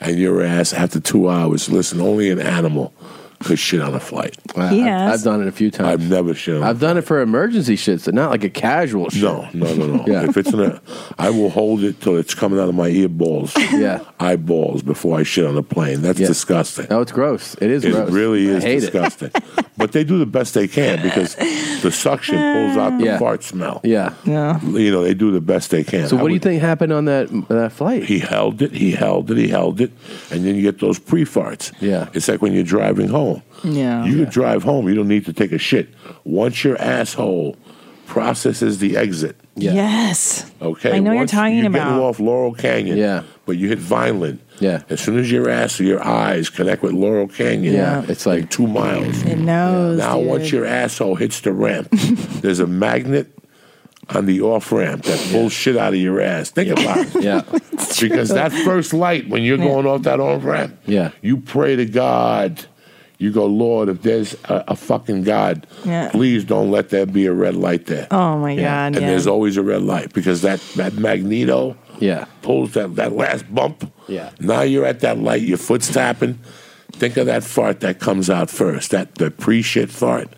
S3: And your ass, after two hours, listen, only an animal could shit on a flight.
S1: He I've- has. I've done it a few times.
S3: I've never shit on
S1: I've done it for emergency shits, but not like a casual shit.
S3: No, no, no, no.
S1: Yeah.
S3: If it's in a, I will hold it till it's coming out of my earballs,
S1: Yeah.
S3: eyeballs before I shit on a plane. That's disgusting.
S1: Oh, it's gross. It is
S3: It
S1: gross.
S3: really
S1: I
S3: is
S1: hate it.
S3: disgusting. but they do the best they can because the suction pulls out the
S1: Yeah.
S3: fart smell.
S1: Yeah.
S2: Yeah.
S3: You know, they do the best they can.
S1: So
S3: I
S1: what do you
S3: would-
S1: think happened on that that flight?
S3: He held it, he held it, he held it, and then you get those pre farts.
S1: Yeah.
S3: It's like when you're driving home.
S2: Yeah.
S3: You can drive home, you don't need to take a shit. Once your asshole processes the exit,
S2: Yes.
S3: okay?
S2: I know you're
S3: once
S2: talking
S3: you're
S2: about.
S3: getting off Laurel Canyon, yeah. but you hit Vineland.
S1: Yeah.
S3: As soon as your ass or your eyes connect with Laurel Canyon,
S1: Yeah. Yeah.
S3: it's like two miles.
S2: It knows.
S3: Now,
S2: dude.
S3: once your asshole hits the ramp, there's a magnet on the off ramp that pulls shit out of your ass. Think about it.
S1: Yeah.
S3: because that first light, when you're going off that off ramp,
S1: Yeah.
S3: you pray to God You go, Lord, if there's a, a fucking God,
S2: Yeah.
S3: please don't let there be a red light there.
S2: Oh my
S3: Yeah.
S2: God.
S3: And
S2: yeah.
S3: there's always a red light because that, that magneto
S1: yeah.
S3: pulls that, that last bump.
S1: Yeah.
S3: Now you're at that light, your foot's tapping. Think of that fart that comes out first. That the pre shit fart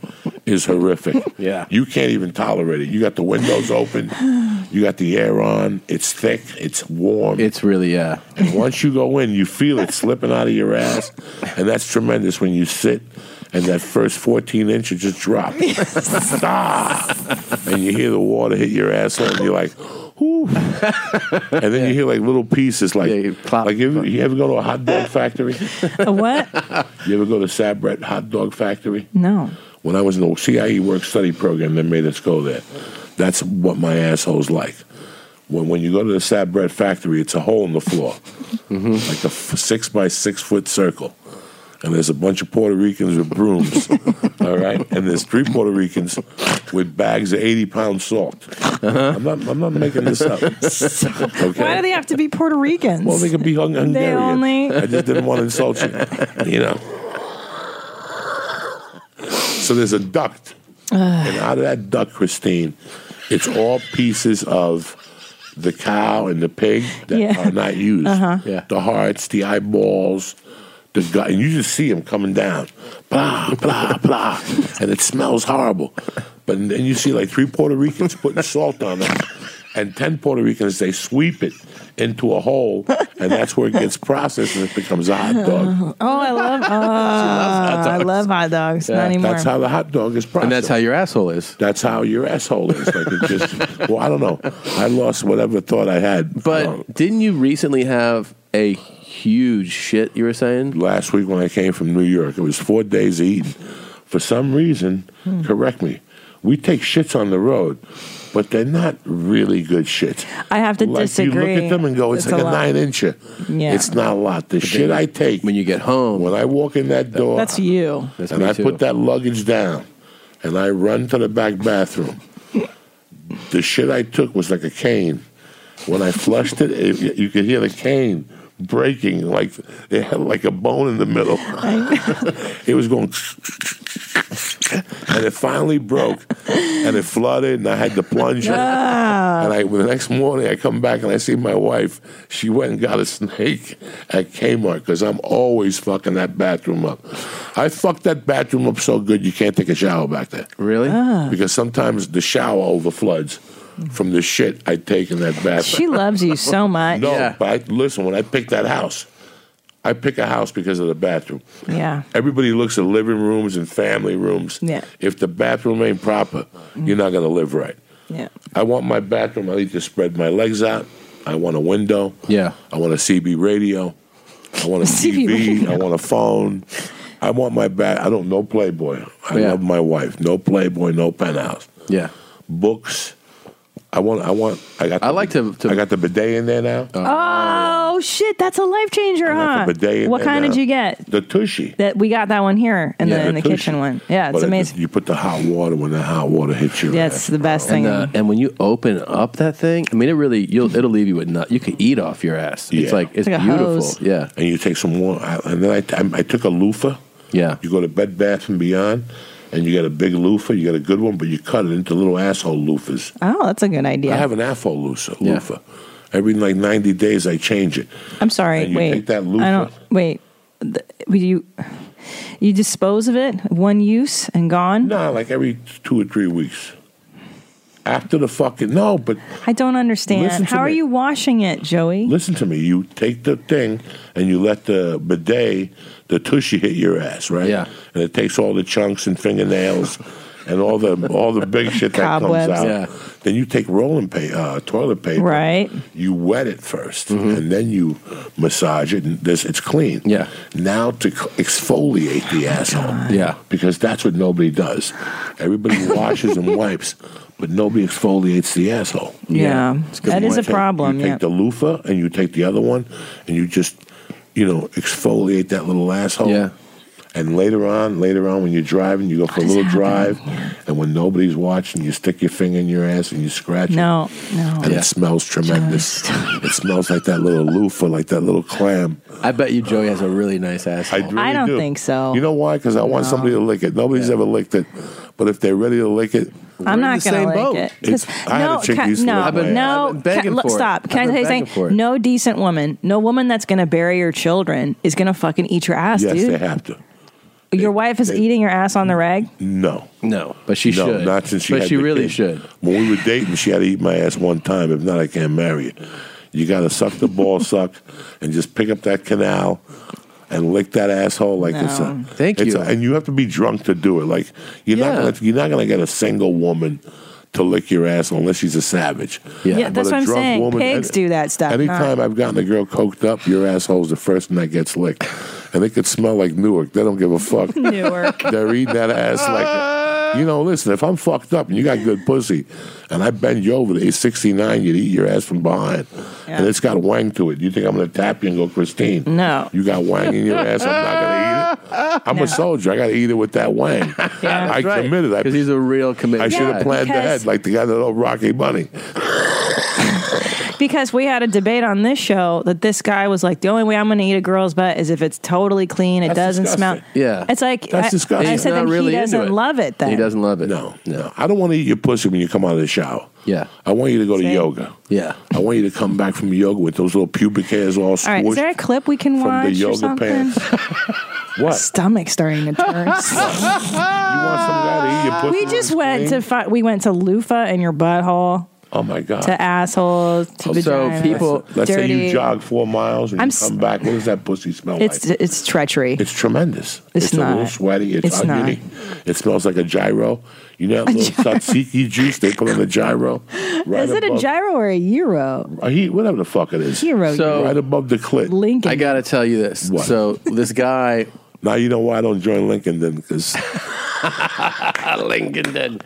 S3: is horrific.
S1: Yeah.
S3: You can't even tolerate it. You got the windows open, you got the air on, it's thick, it's warm.
S1: It's really yeah.
S3: And once you go in, you feel it slipping out of your ass. And that's tremendous when you sit and that first fourteen inch it just drops. Ah! and you hear the water hit your asshole and you're like and then you hear like little pieces, like like you, you ever go to a hot dog factory?
S2: A what?
S3: You ever go to Sabret Hot Dog Factory?
S2: No.
S3: When I was in the CIE work study program, they made us go there. That's what my asshole's like. When when you go to the Sabret Factory, it's a hole in the floor, like a f- six by six foot circle. And there's a bunch of Puerto Ricans with brooms, all right. And there's three Puerto Ricans with bags of eighty pound salt. I'm not, I'm not making this up. Okay?
S2: Why do they have to be Puerto Ricans?
S3: Well, they could be hung- Hungarian.
S2: They only.
S3: I just didn't want to insult you. You know. So there's a duct, and out of that duct, Christine, it's all pieces of the cow and the pig that
S5: Yeah.
S3: are not used.
S5: Uh-huh. Yeah.
S3: The hearts, the eyeballs, the gut, and you just see them coming down, blah blah blah, and it smells horrible. But then you see like three Puerto Ricans putting salt on that, and ten Puerto Ricans they sweep it into a hole, and that's where it gets processed and it becomes a hot dog.
S2: Oh, I love. Oh, I love hot dogs. Not anymore.
S3: That's how the hot dog is processed. And that's how
S1: your asshole is.
S3: That's how your asshole is. Like it just. well, I don't know. I lost whatever thought I had. Um,
S1: But didn't you recently have a huge shit? You were saying
S3: last week when I came from New York, it was four days of eating. For some reason,
S2: Hmm.
S3: correct me. We take shits on the road, but they're not really good shits.
S2: I have to
S3: like, You look
S2: disagree.
S3: at them and go, it's,
S2: It's
S3: like
S2: a
S3: a,
S2: lot.
S3: nine incher.
S2: Yeah.
S3: It's not a lot. The shit I take
S1: when you get home,
S3: when I walk in that door,
S2: That's you. That's
S3: and
S2: me
S3: I
S2: too.
S3: put that luggage down, and I run to the back bathroom. the shit I took was like a cane. When I flushed it, it you could hear the cane breaking, like it had like a bone in the middle. it was going. And it finally broke, and it flooded, and I had to plunge it.
S5: Ah.
S3: And I, the next morning, I come back and I see my wife. She went and got a snake at Kmart because I'm always fucking that bathroom up. I fucked that bathroom up so good you can't take a shower back there.
S1: Really?
S2: Ah.
S3: Because sometimes the shower overfloods from the shit I take in that bathroom.
S2: She loves you so much.
S3: No, but I, listen, when I pick that house, I pick a house because of the bathroom.
S2: Yeah.
S3: Everybody looks at living rooms and family rooms.
S2: Yeah.
S3: If the bathroom ain't proper, you're not going to live right.
S2: Yeah.
S3: I want my bathroom. I need to spread my legs out. I want a window.
S1: Yeah.
S3: I want a CB radio. I want a
S5: CB
S3: TV.
S5: radio.
S3: I want a phone. I want my bath. I don't know Playboy. I love my wife. No Playboy. No penthouse.
S1: Yeah.
S3: Books. I want. I want. I got. I like to, I got the bidet in there now. Uh,
S2: Oh shit, that's a life changer, huh?
S3: the bidet in
S2: Oh, What
S3: there
S2: kind
S3: now.
S2: did you get?
S3: The tushy.
S2: That we got that one here in the in the
S3: tushy.
S2: kitchen one. Yeah, it's
S3: But it-
S2: amazing.
S3: you put the hot water when the hot water hits you.
S2: That's the best thing.
S1: And, uh, and when you open up that thing, I mean, it really you'll it'll leave you with nut. You could eat off your ass. It's like it's beautiful. Yeah.
S3: And you take some warm, I- and then I, I, I took a loofah.
S1: Yeah.
S3: You go to Bed Bath and Beyond, and you get a big loofah. You get a good one, but you cut it into little asshole loofahs.
S2: oh, that's a good idea.
S3: I have an afro loofah. loofah. Every like ninety days, I change it.
S2: I'm sorry.
S3: And you
S2: wait.
S3: take that loofah.
S2: I don't. Wait. Th- would you you dispose of it one use and gone?
S3: No, like every two or three weeks. After the fucking no, but
S2: I don't
S3: Listen
S2: understand.
S3: to
S2: How are
S3: me.
S2: you washing it, Joey?
S3: Listen to me. You take the thing and you let the bidet, the tushy, hit your ass, right? Yeah. And it takes all the chunks and fingernails and all the all the big shit that comes
S5: Cobwebs.
S3: out.
S5: Yeah.
S3: Then you take rolling paper, uh, toilet paper.
S2: Right.
S3: You wet it 1st and then you massage it, and this it's clean. Mm-hmm. Yeah. Oh Now to c- exfoliate the asshole.
S1: Yeah.
S3: Because that's what nobody does. Everybody washes and wipes, but nobody exfoliates the asshole.
S2: Yeah.
S3: It's 'cause
S2: That
S3: you
S2: is a
S3: take-
S2: problem,
S3: You take
S2: yeah.
S3: the loofah and you take the other one and you just, you know, exfoliate that little asshole. Yeah. And later on, later on, when you're driving, you go for a little drive, and when nobody's watching, you stick your finger in your ass and you scratch
S2: No,
S3: it.
S2: no.
S3: And it smells tremendous. it smells like that little loofah, like that little clam.
S1: I bet you Joey has a really nice ass.
S3: I, really
S2: I don't
S3: do.
S2: think so.
S3: You know why? Because I want
S2: No.
S3: somebody to lick it. Nobody's ever licked it, but if they're ready to lick it,
S2: I'm not going to like it. 'Cause-
S3: It's- I had a chick
S2: ca-
S3: used to
S2: no,
S3: lick my ass.
S2: no.
S3: I've
S2: ca-
S3: been begging
S2: look,
S3: for it.
S2: stop. Can
S3: I've
S2: I
S3: been
S2: tell you
S3: begging for it.
S2: something? No decent woman, no woman that's going to bury your children is going to fucking eat your ass,
S3: yes,
S2: dude.
S3: they have to.
S2: Your wife is eating your ass on the rag.
S3: No,
S1: no, but she
S3: no,
S1: should.
S3: Not since she.
S1: But
S3: had
S1: she
S3: the
S1: really
S3: kid.
S1: should.
S3: When we were dating, she had to eat my ass one time. If not, I can't marry you. You got to suck the ball suck, and just pick up that canal. And lick that asshole like it's a
S1: No. Thank
S3: it's
S1: you.
S3: a- and you have to be drunk to do it. Like you're not
S1: Yeah.
S3: gonna, you're not gonna get a single woman to lick your ass unless she's a savage.
S2: Yeah,
S3: But
S2: that's
S3: a
S2: what I'm
S3: drunk
S2: saying.
S3: woman-
S2: Pigs do that stuff.
S3: Anytime
S2: not-
S3: I've gotten a girl coked up, your asshole's the first one that gets licked. And it could smell like Newark. They don't give a fuck.
S2: Newark.
S3: They're eating that ass like, you know, listen, if I'm fucked up and you got good pussy and I bend you over to age 69, you'd eat your ass from behind. And it's got wang to it. You think I'm going to tap you and go, Christine?
S2: No.
S3: You got wang in your ass. I'm not going to I'm a soldier. I got to eat it with that wang.
S1: That's
S3: I
S1: right.
S3: committed. Because
S1: he's a real committed.
S3: I should
S2: guy.
S3: have planned
S2: Because-
S3: ahead, like the guy that old Rocky Bunny.
S2: because we had a debate on this show that this guy was like, the only way I'm going to eat a girl's butt is if it's totally clean, it
S3: That's
S2: doesn't
S3: disgusting.
S2: smell.
S3: Yeah.
S2: it's like
S3: That's
S2: I,
S3: disgusting.
S2: I said
S3: He's
S2: then
S3: not
S2: he
S3: really into
S2: doesn't
S3: it.
S2: love it. Then
S3: He
S1: doesn't love it.
S3: No, no. I don't want to eat your pussy when you come out of the shower. Yeah. I want you to go to yoga.
S1: Yeah.
S3: I want you to come back from yoga with those little pubic hairs all
S2: All
S3: squished.
S2: right, is there a clip we can
S3: from the
S2: watch or
S3: yoga
S2: something?
S3: pants. what?
S2: Stomach starting to turn. we just went to fi- we went to loofah in your butthole
S3: Oh my god.
S2: to assholes to vaginas,
S3: Let's
S2: dirty.
S3: say you jog four miles and
S2: I'm
S3: you
S2: s-
S3: come back. What does that pussy smell
S2: It's
S3: like?
S2: it's treachery.
S3: It's tremendous. It's, a little
S2: not.
S3: sweaty. It's,
S2: It's not.
S3: oniony. It smells like a gyro. You know that
S2: A
S3: little
S2: gyro.
S3: tzatziki juice they put on the gyro. Right
S2: is it a
S3: above-
S2: gyro or a euro?
S3: Uh, he- whatever the fuck it is.
S2: Gyro, So-
S3: right above the clit.
S2: Lincoln.
S1: I gotta tell you this.
S3: What?
S1: So this guy.
S3: Now you know why I don't join Lincoln then, because
S1: Lincoln did.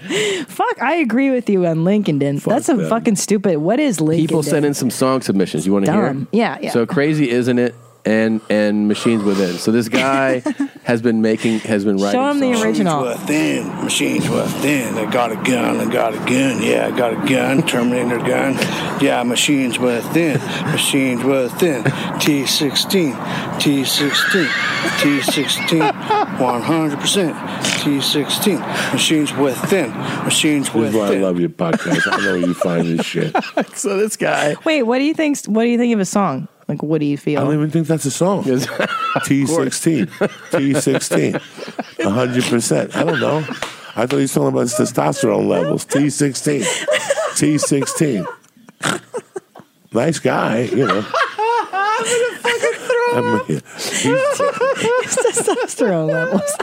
S2: Fuck, I agree with you on Lincoln. That's a
S1: them.
S2: fucking stupid. What is Lincoln?
S1: People send in some song submissions. You want to hear?
S2: Dumb. Yeah, yeah.
S1: So crazy, isn't it? And and machines within. So this guy has been making has been writing.
S2: Show him the
S1: songs.
S2: original.
S9: Machines were thin. Machines were thin. I got a gun. I got a gun. Yeah, I got a gun. Terminator gun. Yeah, machines were thin. Machines were thin. T16. T16. T16. 100%. T16. Machines were thin. Machines were
S3: this is why I
S9: thin.
S3: love your podcast. I know you find this shit. I
S1: so this guy.
S2: Wait, what do you think? What do you think of a song? Like, what do you feel?
S3: don't even think that's a song. T16. T16. 100%. I don't know. I thought he was talking about his testosterone levels. T16. T16. Nice guy, you know. I mean,
S2: It's testosterone levels.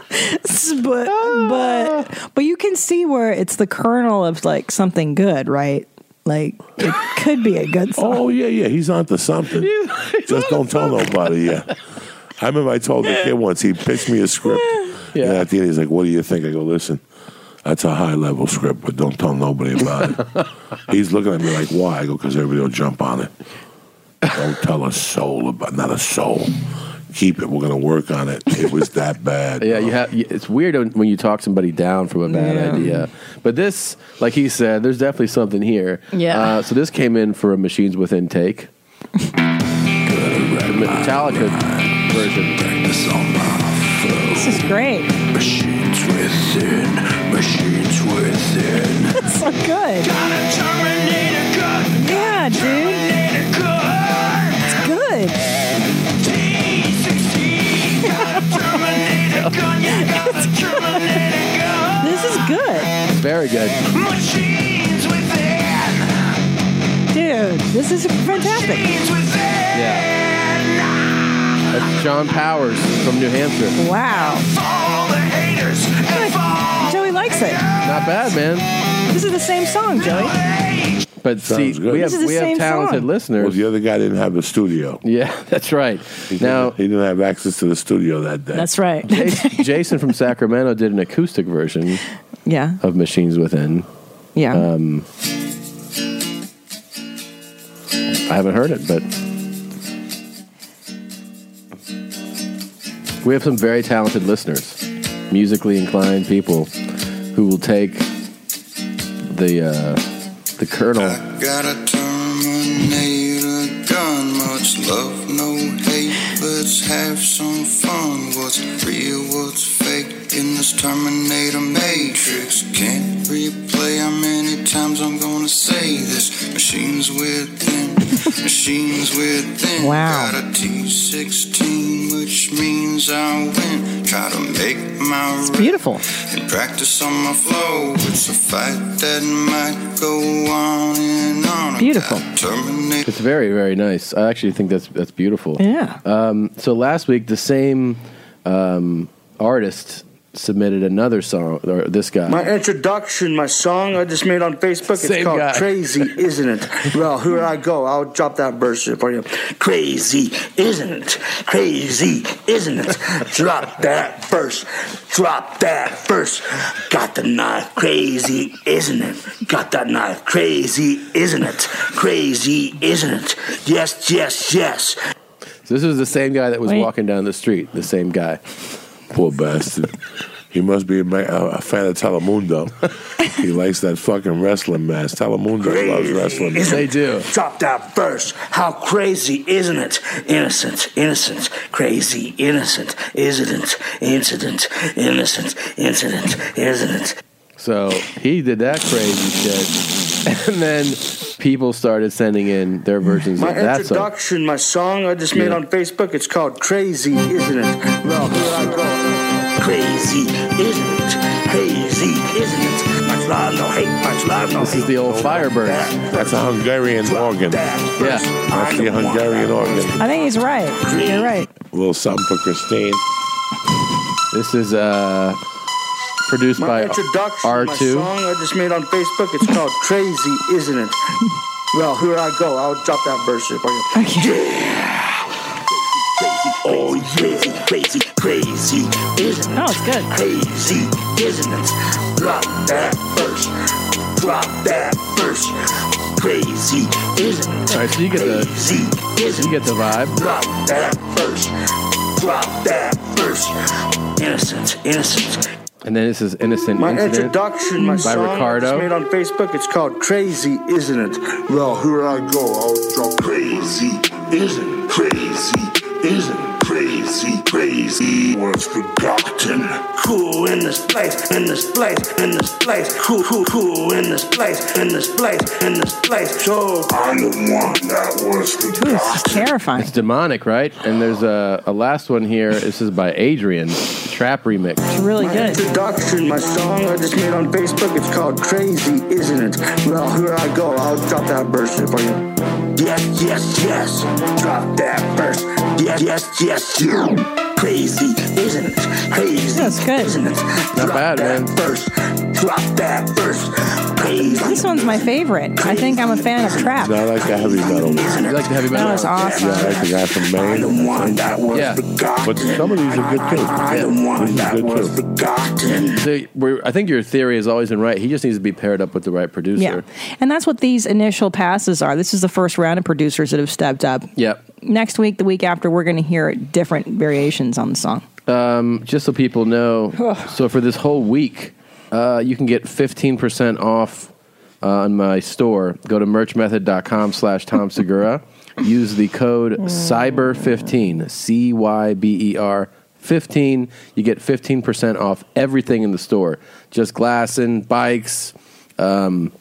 S2: S- but but but you can see where it's the kernel of like something good, right? Like it could be a good song.
S3: Oh yeah, yeah, he's onto something. Just don't tell nobody. Yeah, I remember I told the kid once. He pitched me a script, and at the end he's like, "What do you think?" I go, "Listen, that's a high level script, but don't tell nobody about it." he's looking at me like, "Why?" I go, "Because everybody will jump on it. Don't tell a soul about not a soul. Keep it. We're gonna work on it. It was that bad."
S1: Yeah, you have. It's weird when you talk somebody down from a bad
S3: Yeah.
S1: idea. But this, like he said, there's definitely something here.
S3: Yeah.
S1: Uh, so this came in for a machines within take. the Metallica version.
S2: This is great.
S9: Machines within. Machines within.
S2: That's so good. Yeah, dude. It's good. this is good.
S1: Very good.
S2: Dude, this is fantastic.
S1: Yeah. That's John Powers from New Hampshire.
S2: Wow. Joey likes it.
S1: Not bad, man.
S2: This is the same song, Joey.
S1: But see,
S3: Sounds good.
S1: we have
S2: This is the
S1: we have
S2: same
S1: talented
S2: song.
S1: listeners.
S3: Well, the other guy didn't have a studio.
S1: Yeah, that's right.
S3: He didn't, now he didn't have access to the studio that day.
S2: That's right.
S1: Jason, Jason from Sacramento did an acoustic version
S2: Yeah.
S1: of Machines Within.
S2: Yeah.
S1: Um, I haven't heard it, but We have some very talented listeners, musically inclined people who will take the uh, the kernel.
S11: Got a Terminator gun, much love, no hate. Let's have some fun. What's real, what's fake in this Terminator matrix? Can't replay how many times I'm gonna say this. Machines within, machines within.
S2: Wow.
S11: Got a T16, which means I win. Try to make my
S2: It's beautiful.
S11: and practice on my flow. It's a fight that might go on and on.
S1: Beautiful.
S11: Terminate
S1: It's very, very nice. I actually think that's that's beautiful.
S11: Yeah.
S1: Um, so last week, the same um, artist submitted another song, or this guy.
S12: My introduction, my song I just made on Facebook. It's
S1: Same
S12: called
S1: guy.
S12: Crazy, Isn't It? Well, here I go. I'll drop that verse here for you. Crazy, isn't it? Crazy, isn't it? Drop that verse. Drop that verse. Got the knife. Crazy, isn't it? Got that knife. Crazy, isn't it? Crazy, isn't it? Yes, yes, yes.
S1: So this is the same guy that was
S12: Wait.
S1: walking down the street. The same guy.
S3: Poor bastard. he must be a, ma- a a fan of Telemundo. he likes that fucking wrestling match. Telemundo loves wrestling.
S12: Isn't
S3: They
S12: it? Drop that verse. How crazy, isn't it? Innocent, innocent, crazy, innocent, incident, incident, innocent, incident, incident.
S1: So he did that crazy shit, and then people started sending in their versions
S12: My
S1: of that song.
S12: introduction, my song I just made
S1: Yeah.
S12: on Facebook. It's called Crazy, isn't it? Well, here I go. Crazy, isn't it? Crazy, isn't it? Much love, no hate, much love, no
S1: This is the old Firebird.
S3: That's a Hungarian organ.
S1: Yeah.
S3: That's the Hungarian organ.
S2: I think he's right. You're right.
S3: A little something for Christine.
S1: This is uh, produced
S12: My
S1: by
S12: introduction, my song
S1: R2.
S12: I just made on Facebook. It's called Crazy, isn't it? Well, here I go. I'll drop that verse here for you. Oh, crazy, crazy, crazy, isn't it? Oh, it's good. Crazy, isn't it? Drop that verse. Drop that verse. Crazy, isn't it?
S1: All right, so you get the you get the vibe.
S12: Drop that verse. Drop that verse. Innocent, innocent.
S1: And then this is Innocent
S12: My
S1: Incident
S12: introduction, my
S1: by
S12: song I just made
S1: Ricardo.
S12: on Facebook. It's called Crazy, isn't it? Well, here I go. I'll drop Crazy, isn't it? Crazy, isn't it? Crazy, crazy was forgotten. Cool in this place, in this place, in this place. Cool, cool, cool in this place, in this place, in this place. So I'm the one that was forgotten.
S2: terrifying.
S1: It's demonic, right? And there's a, a last one here. This is by Adrian, trap remix.
S12: really my good. Introduction, my song I just made on Facebook. It's called Crazy, isn't it? Well, here I go. I'll drop that verse here for you. Yes, yes, yes. Drop that verse. Yes, yes, yes. You. Crazy, isn't it? Crazy, That's good. isn't it? Not
S1: bad,
S12: that
S1: man.
S12: Verse. Drop that verse. Crazy.
S2: This one's my favorite. I think I'm a fan of trap.
S3: I like the heavy metal.
S1: You like the heavy
S2: metal? That was awesome.
S3: Yeah, I like the guy from Maine.
S12: The one that was forgotten.
S3: But some of these are good too.
S12: I the one that was forgotten.
S1: So we're, I think your theory has always been right. He just needs to be paired up with the right
S2: Yeah.
S1: producer.
S2: And that's what these initial passes are. This is the first round of producers that have stepped up.
S1: Yep.
S2: Next week, the week after, we're going to hear different variations on the song.
S1: Um, just so people know, so for this whole week, uh, you can get 15% off uh, on my store. Go to merchmethod.com slash Tom Segura. Use the code CYBER15, C-Y-B-E-R 15. E You get 15% off everything in the store. Just glassing, bikes, um,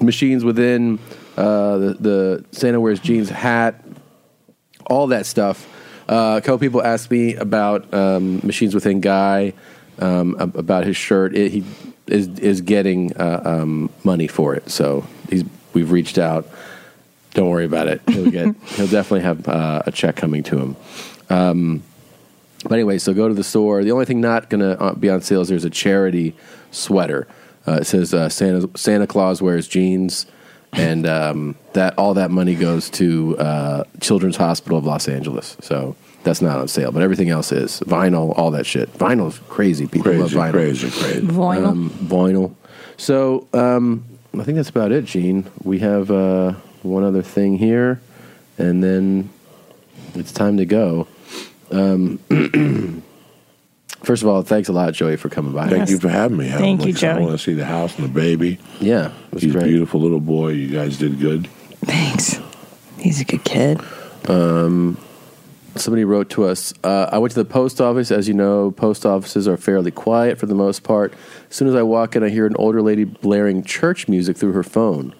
S1: machines within, uh, the, the Santa wears jeans hat, all that stuff. Uh, a couple people asked me about um, Machines Within Guy, um, ab- about his shirt. It, he is is getting uh, um, money for it, so he's we've reached out. Don't worry about it. He'll get. he'll definitely have uh, a check coming to him. Um, but anyway, so go to the store. The only thing not going to uh, be on sale is there's a charity sweater. Uh, it says uh, Santa Santa Claus wears jeans, and um, that all that money goes to uh, Children's Hospital of Los Angeles. So that's not on sale, but everything else is vinyl, all that shit. Vinyl's crazy. People love
S3: Crazy,
S1: vinyl.
S3: crazy, crazy.
S2: Vinyl.
S1: Um, vinyl. So um, I think that's about it, Gene. We have uh, one other thing here, and then it's time to go. Um, First of all, thanks a lot, Joey, for coming by.
S3: Thank you for having me.
S2: Thank you,
S3: I
S2: Joey.
S3: want to see the house and the baby.
S1: Yeah,
S3: he's a beautiful little boy. You guys did good.
S2: Thanks. He's a good kid.
S1: Um, somebody wrote to us. Uh, I went to the post office. As you know, post offices are fairly quiet for the most part. As soon as I walk in, I hear an older lady blaring church music through her phone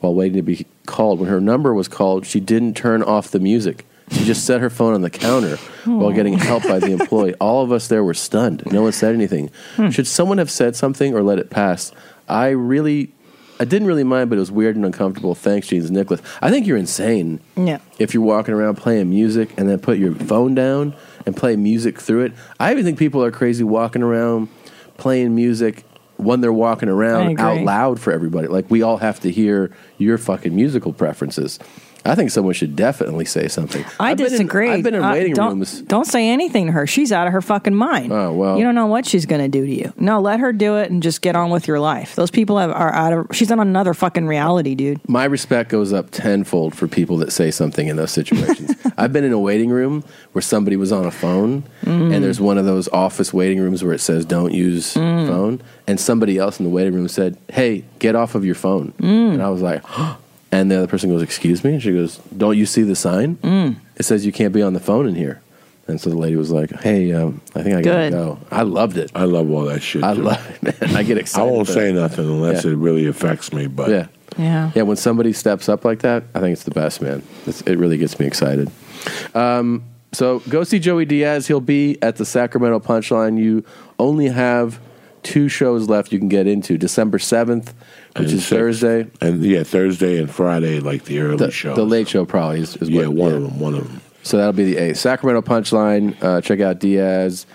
S1: while waiting to be called. When her number was called, she didn't turn off the music. She just set her phone on the counter while getting help by the employee. All of us there were stunned. No one said anything.
S10: Hmm.
S1: Should someone have said something or let it pass? I really, I didn't really mind, but it was weird and uncomfortable. Thanks, Jeans Nicholas. I think you're insane
S2: Yeah.
S1: if you're walking around playing music and then put your phone down and play music through it. I even think people are crazy walking around playing music when they're walking
S2: I
S1: around
S2: agree.
S1: out loud for everybody. Like we all have to hear your fucking musical preferences. I think someone should definitely say something.
S2: I
S1: I've been in-
S2: disagree.
S1: I've been in
S2: Uh,
S1: waiting
S2: don't,
S1: rooms.
S2: Don't say anything to her. She's out of her fucking mind.
S1: Oh well.
S2: You don't know what she's going to do to you. No, let her do it and just get on with your life. Those people have, are out of. She's on another fucking reality, dude.
S1: my respect goes up tenfold for people that say something in those situations. I've been in a waiting room where somebody was on a phone,
S10: Mm.
S1: and there's one of those office waiting rooms where it says "Don't use
S10: Mm.
S1: phone," and somebody else in the waiting room said, "Hey, get off of your phone,"
S10: Mm.
S1: and I was like, and the other person goes, "Excuse me," and she goes, "Don't you see the sign?
S10: Mm.
S1: It says you can't be on the phone in here." And so the lady was like, "Hey, um, I think I gotta
S3: Good.
S1: go." I loved it.
S3: I love all that shit.
S1: I
S3: too.
S1: love it, man. I get excited.
S3: I won't
S1: for
S3: say
S1: that.
S3: nothing unless
S1: Yeah.
S3: it really affects me. But
S1: Yeah.
S2: Yeah.
S1: Yeah, when somebody steps up like that, I think it's the best, man. It's, it really gets me excited. Um, so go see Joey Diaz. He'll be at the Sacramento Punchline. You only have two shows left you can get into December 7th, which is Thursday.
S3: And yeah, Thursday and Friday, like the early
S1: The,
S3: show.
S1: the late show probably is, is yeah, one of
S3: them, one of them.
S1: So that'll be the eighth. Sacramento Punchline. Uh, check out Diaz.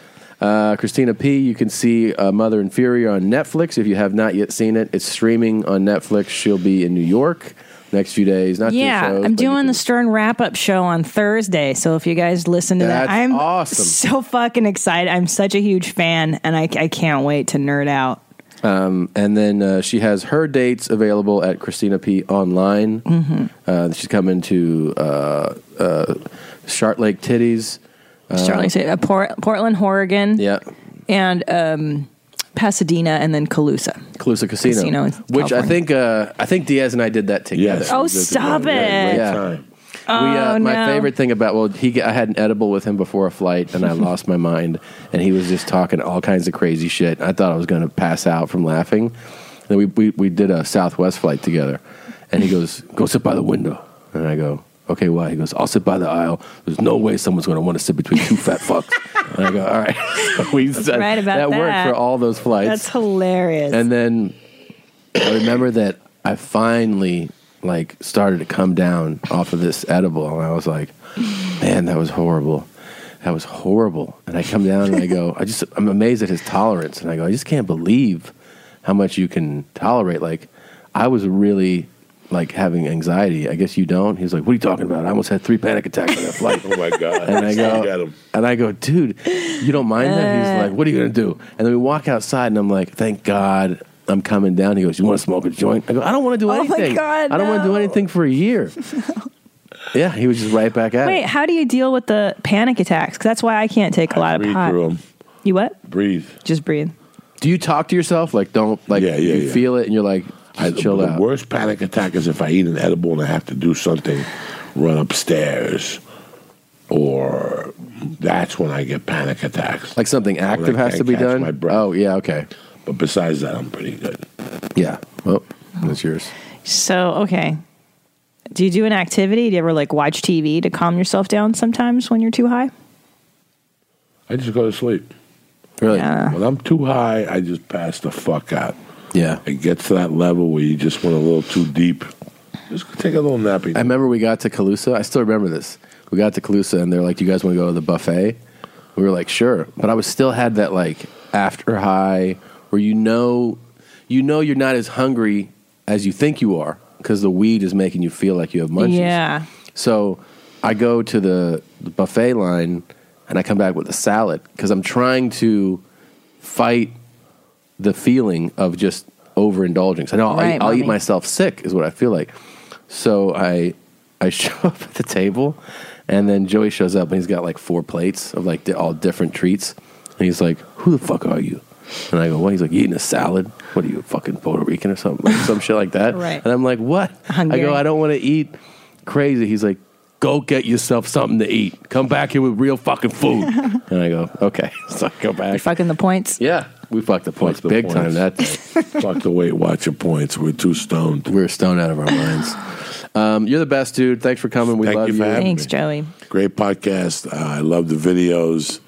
S1: Uh, Christina P. You can see uh, Mother and Fury on Netflix if you have not yet seen it. It's streaming on Netflix. She'll be in New York next few days. Not
S2: yeah,
S1: doing shows,
S2: I'm
S1: but you
S2: doing the Stern wrap up show on Thursday. So if you guys listen to
S1: That's
S2: that, I'm
S1: awesome.
S2: so fucking excited. I'm such a huge fan, and I, I can't wait to nerd out.
S1: Um, and then uh, she has her dates available at Christina P online.
S2: Mhm.
S1: Uh, she's coming to uh, uh, Shart Lake Titties. Uh,
S2: Starling City, uh, Port, Portland, Oregon.
S1: Yeah.
S2: And um, Pasadena, and then Calusa.
S1: Calusa Casino,
S2: Casino in
S1: which I
S2: California.
S1: think uh, I think Diaz and I did that together.
S2: Oh, we did stop together. it. Great time.
S1: we, uh,
S2: Oh,
S1: my
S2: no.
S1: favorite thing about well, he I had an edible with him before a flight, and I lost my mind, and he was just talking all kinds of crazy shit. I thought I was going to pass out from laughing. And then we, we we did a Southwest flight together, and he goes, "Go sit by the window," and I go. Okay, why? He goes, I'll sit by the aisle. There's no way someone's going to want to sit between two fat fucks. and I go, all right. we, said-
S2: Right about
S1: that worked
S2: that.
S1: for all those flights.
S2: That's hilarious.
S1: And then I remember that I finally like started to come down off of this edible, and I was like, "Man, that was horrible. That was horrible." And I come down and I go, "I just I'm amazed at his tolerance." And I go, "I just can't believe how much you can tolerate." Like I was really like having anxiety. I guess you don't. He's like, "What are you talking about? I almost had three panic attacks on that flight."
S3: oh my god!
S1: And I
S3: Look at
S1: go,
S3: him.
S1: and I go, dude, you don't mind
S2: Uh.
S1: that? He's like, what are you gonna do? And then we walk outside, and I'm like, thank God I'm coming down. He goes, you want to smoke a joint? I go, I don't want to do
S2: Oh my
S1: anything.
S2: God,
S1: I don't want to do
S2: no.
S1: anything for a year. Yeah, he was just right back at
S2: Wait,
S1: it.
S2: how do you deal with the panic attacks? 'Cause that's why I can't take a lot of
S1: breathe
S2: pot.
S1: through 'em.
S2: You what?
S3: Breathe.
S2: Just breathe.
S1: Do you talk to yourself? Like, don't like
S3: Yeah, yeah,
S1: you
S3: yeah.
S1: feel it, and you're like,
S3: I,
S1: chill
S3: the
S1: out.
S3: worst panic attack is if I eat an edible and I have to do something, run upstairs, or that's when I get panic attacks.
S1: Like something active has to be done?
S3: Oh
S1: yeah, okay.
S3: But besides that, I'm pretty good.
S1: Yeah. Well, that's yours.
S2: So, okay. Do you do an activity? Do you ever like watch TV to calm yourself down sometimes when you're too high?
S3: I just go to sleep.
S1: Really?
S3: When I'm too high, I just pass the fuck out.
S1: Yeah.
S3: It gets to that level where you just went a little too deep. Just take a little nappy.
S1: I remember we got to Calusa. I still remember this. We got to Calusa, and they're like, "Do you guys want to go to the buffet?" We were like, "Sure," but I was still had that like after high where you know, you know, you're not as hungry as you think you are because the weed is making you feel like you have munchies.
S2: Yeah.
S1: So I go to the, the buffet line, and I come back with a salad because I'm trying to fight the feeling of just overindulging. So I know I'll,
S10: Right,
S1: eat, I'll eat
S10: mommy.
S1: myself sick is what I feel like. So I I show up at the table, and then Joey shows up and he's got like four plates of like di- all different treats, And he's like, "Who the fuck are you?" And I go, "What?" He's like, "You eating a salad? What are you, fucking Puerto Rican or something? Like some shit like that."
S2: Right.
S1: And I'm like, "What?" I
S2: Hungarian.
S1: go, "I don't want to eat crazy." He's like, "Go get yourself something to eat. Come back here with real fucking food." and I go, "Okay." So I go back.
S2: Fucking the points.
S1: Yeah, we fucked the points big time that day.
S3: Fuck the Weight Watcher points. We're too stoned.
S1: We're stoned out of our minds. Um, you're the best, dude. Thanks for coming. We
S3: Thank
S1: love
S3: you
S1: you.
S3: for having Thanks, me.
S2: Joey.
S3: Great podcast. Uh, I love the videos.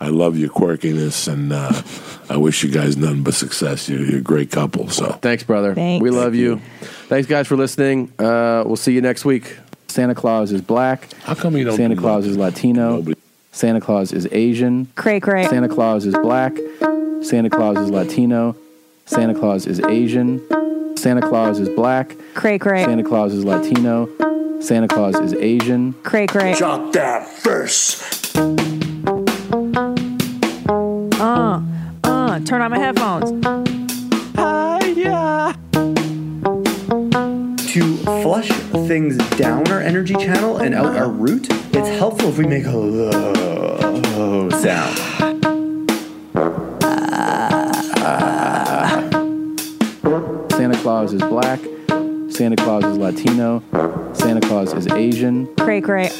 S3: I love your quirkiness, and uh, I wish you guys nothing but success. You're, you're a great couple. So
S1: Thanks, brother.
S3: Thanks.
S1: We love you. Thanks, guys, for listening. Uh, we'll see you next week. Santa Claus is black. How
S3: come you don't
S1: Santa
S3: do
S1: Claus is Latino. Santa Claus is Asian.
S2: Cray cray.
S1: Santa Claus is black. Santa Claus is Latino. Santa Claus is Asian. Santa Claus is black.
S2: Cray cray.
S1: Santa Claus is Latino. Santa Claus is Asian.
S2: Cray cray.
S1: Drop that verse.
S2: Uh, uh, turn on my headphones. yeah.
S10: To flush things down our energy channel and out our root, it's helpful if we make a low sound.
S1: Santa Claus is black. Santa Claus is Latino. Santa Claus is Asian.
S2: Cray cray.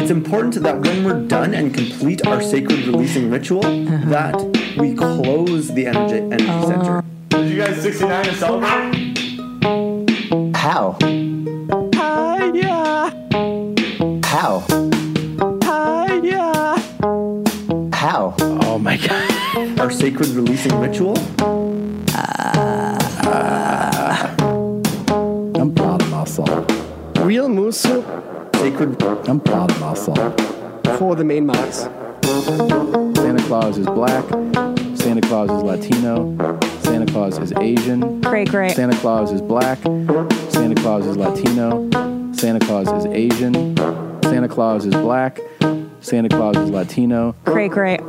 S10: It's important that when we're done and complete our sacred releasing ritual, that we close the energy, energy center.
S8: Did you guys 69 and celebrate?
S10: How?
S8: How?
S10: How?
S1: Oh my god.
S10: Our sacred releasing ritual?
S1: I'm proud of myself.
S13: Real moose soup.
S10: Sacred.
S1: I'm proud of myself.
S13: For the main mice.
S1: Santa Claus is black. Santa Claus is Latino. Santa Claus is Asian.
S2: Cray cray.
S1: Santa Claus is black. Santa Claus is Latino. Santa Claus is Asian. Santa Claus is black. Santa Claus is Latino.
S2: Cray cray.